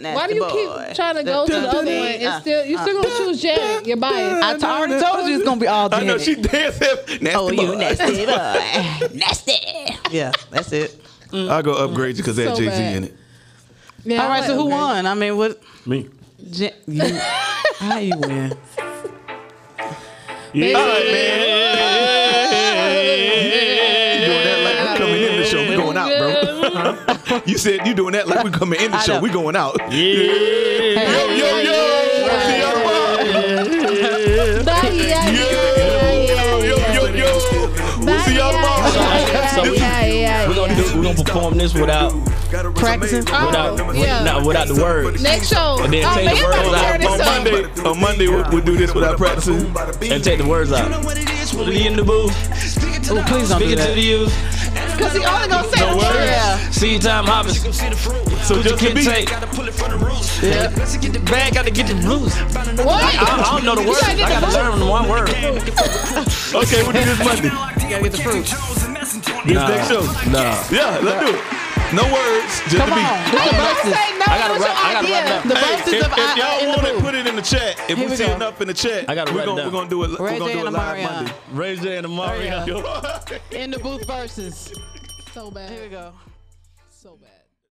Speaker 5: nasty
Speaker 2: Why do you
Speaker 5: boy.
Speaker 2: keep trying to go to the uh, other one and still you still gonna choose Janet? You're biased.
Speaker 5: Uh, I t- already told you it's gonna be all
Speaker 3: I know
Speaker 5: Janet.
Speaker 3: she dancing. Nasty
Speaker 5: oh,
Speaker 3: boy.
Speaker 5: you nasty boy, nasty. Yeah, that's it.
Speaker 3: I'll go upgrade you because that
Speaker 2: So
Speaker 3: Jay Z
Speaker 2: bad.
Speaker 3: in it.
Speaker 2: Yeah,
Speaker 5: All right,
Speaker 2: I'm
Speaker 5: so
Speaker 2: like,
Speaker 5: who
Speaker 2: okay.
Speaker 5: won? I mean, what?
Speaker 1: Me.
Speaker 5: Ja- you, how you win?
Speaker 3: You doing that like we coming in the show. We going out, bro. you said you doing that like we coming in the show. We going out. Yo, yo, yo. See y'all tomorrow.
Speaker 2: Bye, yeah,
Speaker 3: Yo, yo, yo, yo. We'll see y'all tomorrow.
Speaker 1: So we,
Speaker 2: yeah,
Speaker 1: we're gonna do, we're gonna perform this without
Speaker 5: Practicing.
Speaker 1: without
Speaker 2: Oh, yeah.
Speaker 1: not without the words.
Speaker 2: Next show.
Speaker 1: And then
Speaker 2: oh,
Speaker 1: take
Speaker 2: man,
Speaker 1: the
Speaker 2: I'm about to
Speaker 1: words out.
Speaker 2: turn this
Speaker 3: On
Speaker 2: up.
Speaker 3: Monday, on Monday we'll, we'll do this without practicing.
Speaker 1: And take the words out. Put it in the booth.
Speaker 5: Oh, please don't do
Speaker 1: Speaking to the
Speaker 5: that.
Speaker 1: youth.
Speaker 2: Cause he only gonna say the truth.
Speaker 5: Yeah.
Speaker 1: See you time hopping. So
Speaker 3: just the beat.
Speaker 1: Gotta pull it from the roots. Yeah. Get the bag, gotta get the blues.
Speaker 2: What?
Speaker 1: I, I don't know the
Speaker 2: You
Speaker 1: words.
Speaker 2: gotta
Speaker 1: I
Speaker 2: get the
Speaker 1: gotta
Speaker 2: blues.
Speaker 1: learn them one word.
Speaker 3: Okay, we'll do this Monday.
Speaker 5: gotta get the fruit.
Speaker 3: This next show.
Speaker 1: Nah.
Speaker 3: Yeah, let's do it. No words, just
Speaker 5: Come
Speaker 3: the beat.
Speaker 2: I
Speaker 5: on, this the
Speaker 2: gotta
Speaker 5: verses.
Speaker 2: say no.
Speaker 1: I gotta
Speaker 2: What's
Speaker 1: rap- I
Speaker 2: your
Speaker 1: gotta rap
Speaker 2: idea?
Speaker 1: now.
Speaker 5: The
Speaker 3: Hey,
Speaker 5: verses
Speaker 3: if,
Speaker 5: of
Speaker 3: if
Speaker 5: I,
Speaker 3: y'all
Speaker 5: in
Speaker 3: want
Speaker 5: the
Speaker 3: it,
Speaker 5: booth.
Speaker 3: put it in the chat. If
Speaker 5: Here
Speaker 3: we
Speaker 5: we
Speaker 3: see
Speaker 5: go.
Speaker 3: enough in the chat,
Speaker 1: I gotta
Speaker 3: we're
Speaker 1: write it
Speaker 3: gonna,
Speaker 1: down.
Speaker 3: we're gonna do it.
Speaker 5: Ray
Speaker 3: we're gonna
Speaker 5: J
Speaker 3: do it
Speaker 5: and
Speaker 3: live
Speaker 5: Amarion.
Speaker 3: Monday.
Speaker 1: Ray J and Amari.
Speaker 5: In the booth verses.
Speaker 2: So bad.
Speaker 5: Here we go.
Speaker 2: So bad.